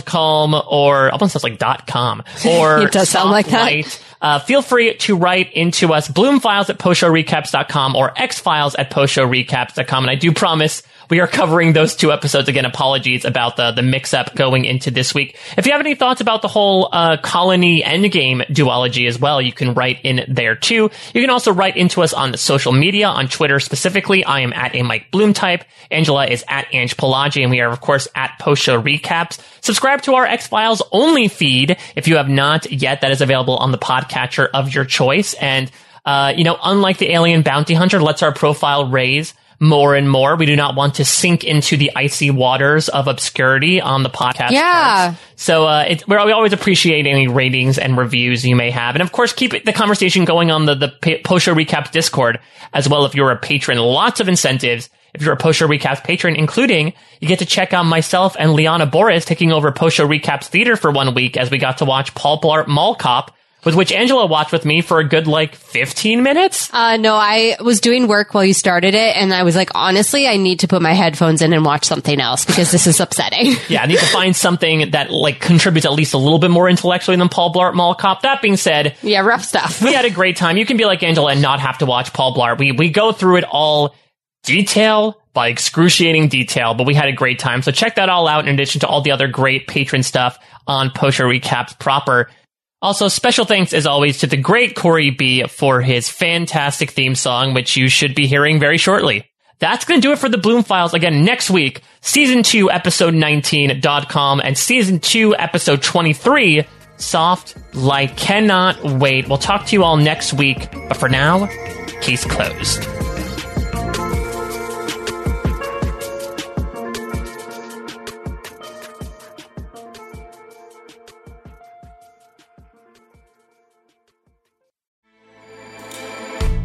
[SPEAKER 1] .com or I almost sounds like dot .com or
[SPEAKER 2] It does sound like that.
[SPEAKER 1] Stoplight, Uh, feel free to write into us bloomfiles at postshowrecaps.com or xfiles at postshowrecaps.com. And I do promise we are covering those two episodes again. Apologies about the, the mix up going into this week. If you have any thoughts about the whole, uh, colony endgame duology as well, you can write in there too. You can also write into us on social media, on Twitter specifically. I am at a Mike Bloom type. Angela is at Ange Pelagi and we are of course at post show recaps. Subscribe to our X Files only feed if you have not yet. That is available on the podcatcher of your choice. And uh, you know, unlike the Alien Bounty Hunter, lets our profile raise more and more. We do not want to sink into the icy waters of obscurity on the podcast.
[SPEAKER 2] Yeah.
[SPEAKER 1] charts. So uh, it, we're, we always appreciate any ratings and reviews you may have, and of course, keep it- the conversation going on the the pa- post show recaps Discord as well. If you're a patron, lots of incentives. If you're a post show recaps patron, including you get to check out myself and Liana Boris taking over post show recaps theater for one week as we got to watch Paul Blart Mall Cop, with which Angela watched with me for a good like 15 minutes.
[SPEAKER 2] Uh, no, I was doing work while you started it, and I was like, honestly, I need to put my headphones in and watch something else because this is upsetting.
[SPEAKER 1] yeah, I need to find something that like contributes at least a little bit more intellectually than Paul Blart Mall Cop. That being said,
[SPEAKER 2] yeah, rough stuff.
[SPEAKER 1] we had a great time. You can be like Angela and not have to watch Paul Blart. We we go through it all detail by excruciating detail, but we had a great time. So check that all out in addition to all the other great patron stuff on Posher Recaps proper. Also, special thanks as always to the great Corey B for his fantastic theme song, which you should be hearing very shortly. That's going to do it for the Bloom Files again next week, season 2, episode 19.com, and season 2, episode 23, Soft Like Cannot Wait. We'll talk to you all next week, but for now, case closed.